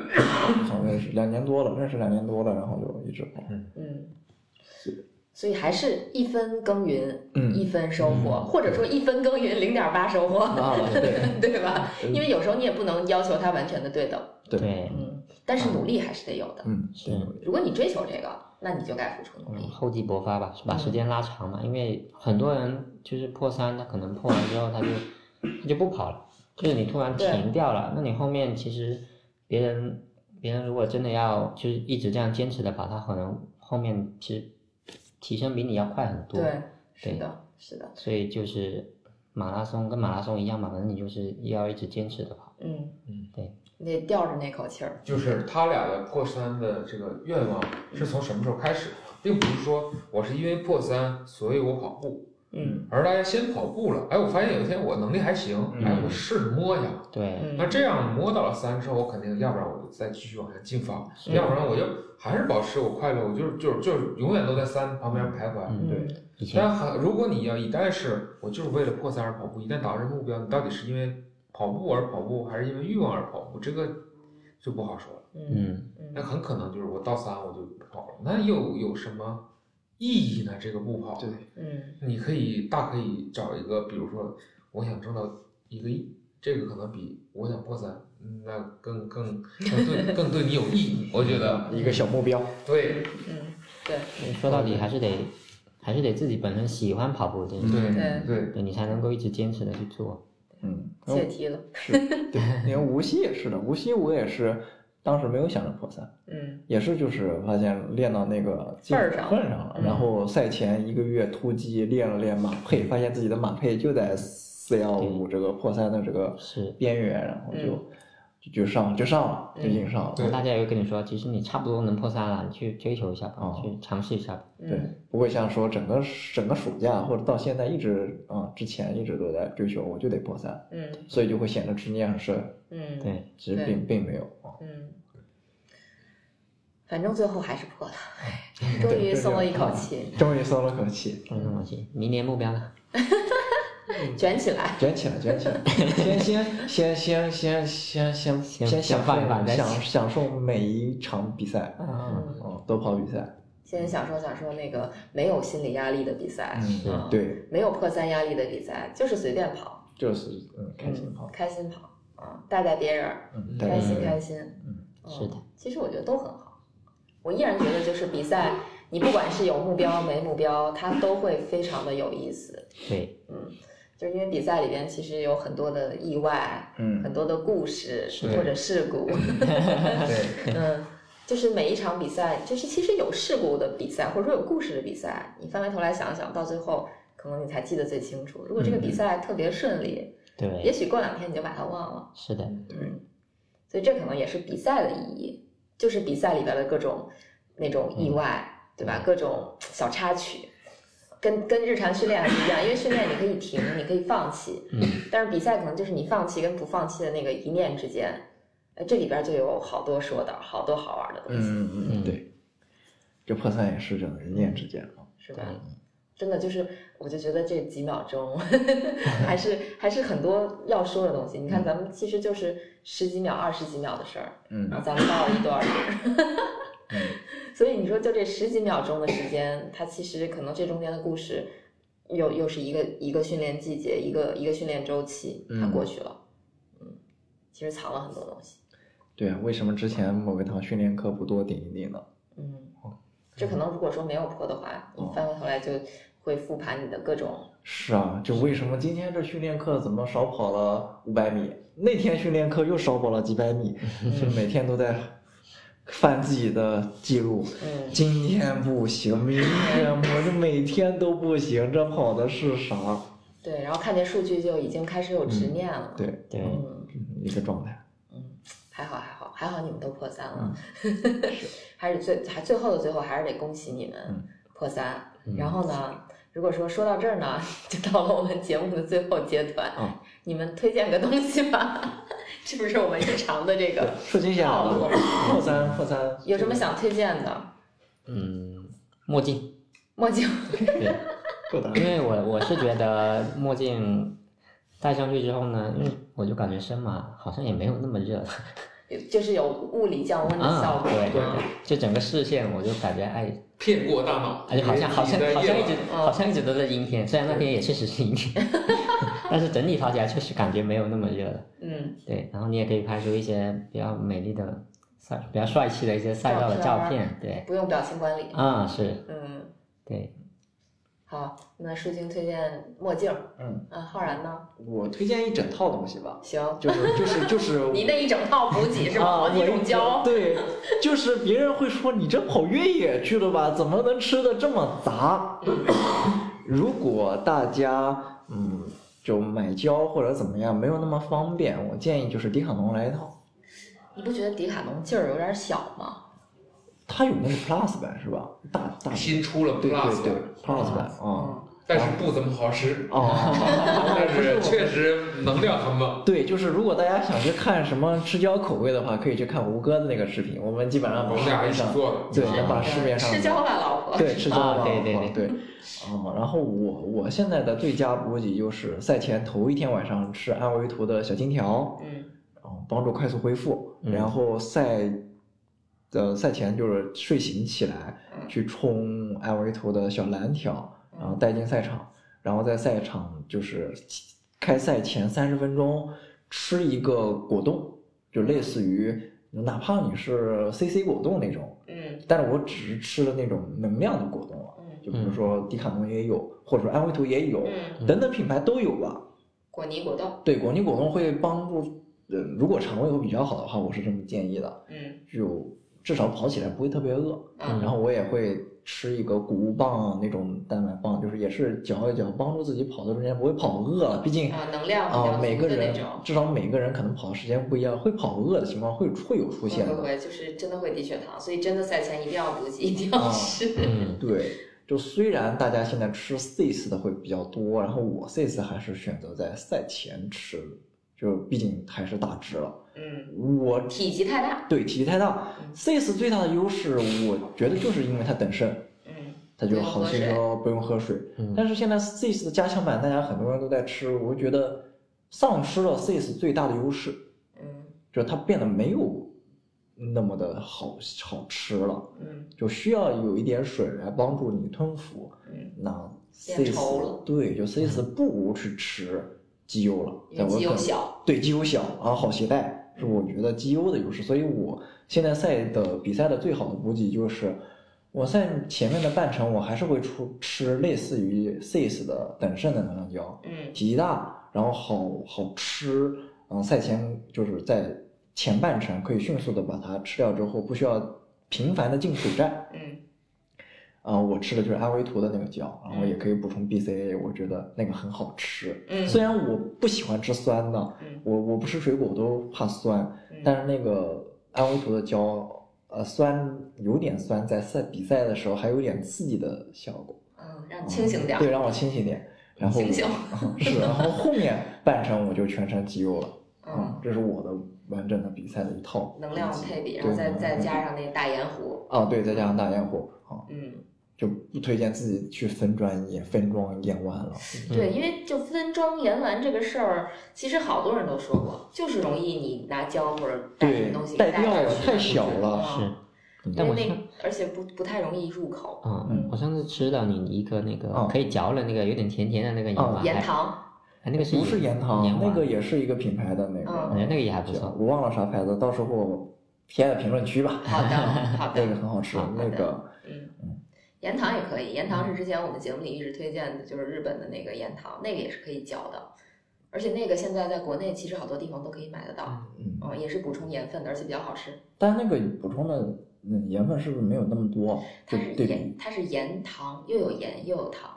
从认识两年多了，认识两年多了，然后就一直跑，嗯，所以还是一分耕耘，嗯一分收获，或者说一分耕耘零点八收获，啊 对对吧？嗯因为有时候你也不能要求它完全的对等，对，对，嗯，但是努力还是得有的。嗯，是对如果你追求这个，那你就该付出努嗯力。厚积薄发吧，把嗯时间拉长嘛，因为很多人就是破三，他可能破完之后他就 他就不跑了，就是你突然对停掉了，那你后面其实别人别人如果真的要就是一直这样坚持的跑，他可能后面其实提升比你要快很多，对，是对的，是的，所以就是马拉松跟马拉松一样嘛，反正你就是要一直坚持的跑，嗯嗯，对，你得吊着那口气儿，就是他俩的破三的这个愿望是从什么时候开始的？并不是说我是因为破三，所以我跑步，嗯而大家先跑步了。哎，我发现有一天我能力还行，哎，我试着摸一下，对，那嗯，这样摸到了三之后，我肯定要不然我就再继续往下进发，是要不然我就还是保持我快乐，我就是就是就是永远都在三旁边徘徊。嗯对嗯以前但很如果你要一旦是我就是为了破三而跑步，一旦达成目标，你到底是因为跑步而跑步，还是因为欲望而跑步，这个就不好说了。嗯嗯那嗯，很可能就是我到三我就不跑了，那又有什么意义呢？这个不跑，对嗯你可以大可以找一个，比如说我想挣到一个亿，这个可能比我想破三，嗯那更更更对更对你有意义，我 觉得一个小目标，对嗯，对，说到底还是得还是得自己本身喜欢跑步这件事情。对对，对你才能够一直坚持的去做。嗯，解题了，是，对，连无锡也是的，无锡我也是。当时没有想着破三，嗯也是就是发现练到那个劲份儿上份上了，嗯然后赛前一个月突击练了练马配，发现自己的马配就在四幺五这个破三的这个是边缘，然后就、嗯就就上就上了，就嗯硬上了。对大家也会跟你说，其实你差不多能破三了，你去追求一下吧，哦去尝试一下吧。对嗯，不会像说整个整个暑假或者到现在一直啊、之前一直都在追求我就得破三，嗯所以就会显得执念很深，嗯，对，其实对并并没有啊。嗯，反正最后还是破了，终于松了一口气，终于松了口气，那种东西，明年目标呢？卷起来。卷起来，卷起来，先先先先先先先先享先放一放受再享想享受每一场比赛，啊，嗯，嗯，多跑比赛，先享受享受那个没有心理压力的比赛，是嗯，对，没有破三压力的比赛，就是随便跑，就是嗯开心跑嗯，，开心跑啊，带带别人，嗯，嗯带开给心别人开心。嗯嗯是的。其实我觉得都很好。我依然觉得，就是比赛，你不管是有目标没目标，它都会非常的有意思。对，嗯，就是因为比赛里边其实有很多的意外，很嗯，多的故事的或者事故。对，嗯，就是每一场比赛，就是其实有事故的比赛，或者说有故事的比赛，你翻回头来想想，到最后可能你才记得最清楚。如果这个比赛特别顺利，也对，许过两天你就把它忘了。是的，嗯，所以这可能也是比赛的意义，就是比赛里边的各种那种意外，对吧？各种小插曲，跟跟日常训练还是一样，因为训练你可以停，你可以放弃，嗯，但是比赛可能就是你放弃跟不放弃的那个一念之间，呃，这里边就有好多说道，好多好玩的东西，嗯嗯嗯，嗯对，这破三也是这种一念之间啊，是吧？真的就是，我就觉得这几秒钟 还是还是很多要说的东西。你看，咱们其实就是十几秒、二十几秒的事儿，嗯然后咱们唠了一段儿。 所以你说，就这十几秒钟的时间，它其实可能这中间的故事又又是一个一个训练季节，一个一个训练周期，它嗯过去了。嗯，其实藏了很多东西。对啊，为什么之前某一堂训练课不多顶一顶呢？嗯，这可能如果说没有破的话，你翻过头来就会复盘你的各种。是啊，就为什么今天这训练课怎么少跑了五百米，那天训练课又少跑了几百米，就是每天都在翻自己的记录。嗯今天不行，明天我这每天都不行，这跑的是啥？对，然后看见数据就已经开始有执念了。对，对，嗯嗯一个状态。嗯，还好还好还好，你们都破三了， 还是最还最后的最后还是得恭喜你们嗯破三。然后呢， 如果说说到这儿呢，就到了我们节目的最后阶段，嗯你们推荐个东西吧， 是不是我们日常的这个？说金线套路破三破三，有什么想推荐的？嗯，墨镜，墨镜，对，够大？因为我我是觉得墨镜戴上去之后呢，因为我就感觉身嘛好像也没有那么热了就是有物理降温的效啊，果。对对嗯对，就整个视线我就感觉哎，骗过大脑，而且好像好像以为自好己在像一夜直晚嗯好像一直都在阴天，虽然那天也确实是阴 天，但是整体跑起来确实感觉没有那么热了。嗯，对，然后你也可以拍出一些比较美丽的赛、比较帅气的一些赛道的照照片啊片。对，不用表情管理。啊、是，嗯，对，好，那舒晶推荐墨镜。嗯，嗯，浩然呢？我推荐一整套东西吧，行，就是就是就是 你那一整套补给是吧？啊，黄金我乳胶。 对，就是别人会说你这跑越野去了吧，怎么能吃的这么杂？ 如果大家嗯就买胶或者怎么样没有那么方便，我建议就是迪卡侬来一套，你不觉得迪卡侬劲儿有点小吗？它有那个 Plus 版是吧？大大新出了对对 Plus，对版 Plus 版啊嗯，但是不怎么好吃，哦， 但是确实能量很猛。对，就是如果大家想去看什么吃胶口味的话，可以去看吴哥的那个视频，我们基本上我把们市俩一面起上做的，对，能把啊市面上吃的胶吧，老婆。对，吃胶啊囊对对啊对。啊，然后我我现在的最佳补给就是赛前头一天晚上吃安维图的小金条，嗯嗯，帮助快速恢复。嗯然后赛的赛前就是睡醒起来嗯去冲安维图的小蓝条，嗯然后带进赛场，然后在赛场就是开赛前三十分钟吃一个果冻，就类似于哪怕你是 CC 果冻那种，嗯但是我只是吃了那种能量的果冻了，嗯，就比如说迪卡侬也有，或者说安徽图也有，嗯等等品牌都有吧。果泥果冻。对，果泥果冻会帮助呃，如果肠胃会比较好的话，我是这么建议的，嗯就至少跑起来不会特别饿。嗯然后我也会吃一个谷物棒啊那种蛋白棒，就是也是嚼一嚼，帮助自己跑的中间不会跑饿了。毕竟啊，能量比较啊，每足个的那人种，至少每个人可能跑的时间不一样，会跑饿的情况会会有嗯出会现不的。会就是真的会低血糖？所以真的赛前一定要补给，一定哦要吃。 嗯对，就虽然大家现在吃 CIS 的会比较多，然后我 CIS 还是选择在赛前吃，就毕竟还是大只了。 嗯，我体积太大。对体积太大嗯，CIS 最大的优势，我觉得就是因为它等渗，嗯它就好吸收，不用喝水。嗯但是现在 CIS 的加强版，大家很多人都在吃，我觉得丧失了 CIS 最大的优势，嗯就是它变得没有那么的好好吃了，嗯就需要有一点水来帮助你吞服。嗯，那变稠 CIS 了嗯对，就 CIS 不如去吃鸡优了，因在为我肌肉可能小。嗯对机油小啊，好携带是我觉得机油的优势，所以我现在赛的比赛的最好的补给就是，我赛前面的半程我还是会出吃类似于 CIS 的等渗的能量胶，嗯体积大，然后好好吃，嗯，赛前就是在前半程可以迅速的把它吃掉之后，不需要频繁的进补站。嗯啊、我吃的就是安维图的那个胶，然后嗯也可以补充 BCA，我觉得那个很好吃。嗯虽然我不喜欢吃酸的，嗯我我不吃水果都怕酸，嗯，但是那个安维图的胶，呃，酸有点酸，在赛比赛的时候还有点刺激的效果，嗯，让清醒点儿。对，让我清醒点。然后醒醒 是，然后后面半程我就全程肌肉了，嗯，这是我的完整的比赛的一套能量配比，然对后再能量再配比加上那个大盐湖。啊，对，再加上大焰火啊，嗯，就不推荐自己去分装也分装演完了，对，因为就分装盐丸这个事儿，其实好多人都说过，就是容易你拿胶或者带什么对东西，带带掉上了去太小了，哦是嗯，但因我为那像个而且不不太容易入口。嗯，我上次吃到你一个那个哦可以嚼了那个有点甜甜的那个哦丸，盐还糖，哎，那个是不是盐糖，那丸个也是一个品牌的那个嗯，哎，那个也还不行错。我忘了啥牌子，到时候贴在评论区吧。好的好 那个的，很好吃好，那的个嗯，盐糖也可以，盐嗯糖是之前我们节目里一直推荐的，就是日本的那个盐糖，那个也是可以嚼的，而且那个现在在国内其实好多地方都可以买得到，嗯，嗯，也是补充盐分的，而且比较好吃。但那个补充的嗯盐分是不是没有那么多？它就是对盐，比它是盐糖，又有盐又有糖。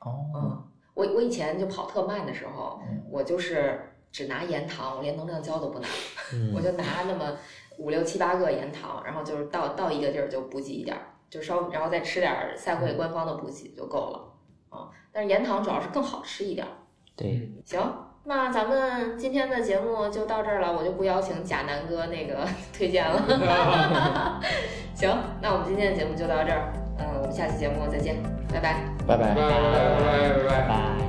哦，嗯，我我以前就跑特慢的时候，嗯我就是只拿盐糖，我连能量胶都不拿，嗯我就拿那么五六七八个盐糖，然后就是到到一个地儿就补给一点儿，就稍然后再吃点儿赛会官方的补给就够了。啊、但是盐糖主要是更好吃一点儿。对，行，那咱们今天的节目就到这儿了，我就不邀请贾南哥那个 推荐了。 行，那我们今天的节目就到这儿，嗯，我们下期节目再见，拜拜。拜拜拜拜拜拜拜拜。拜。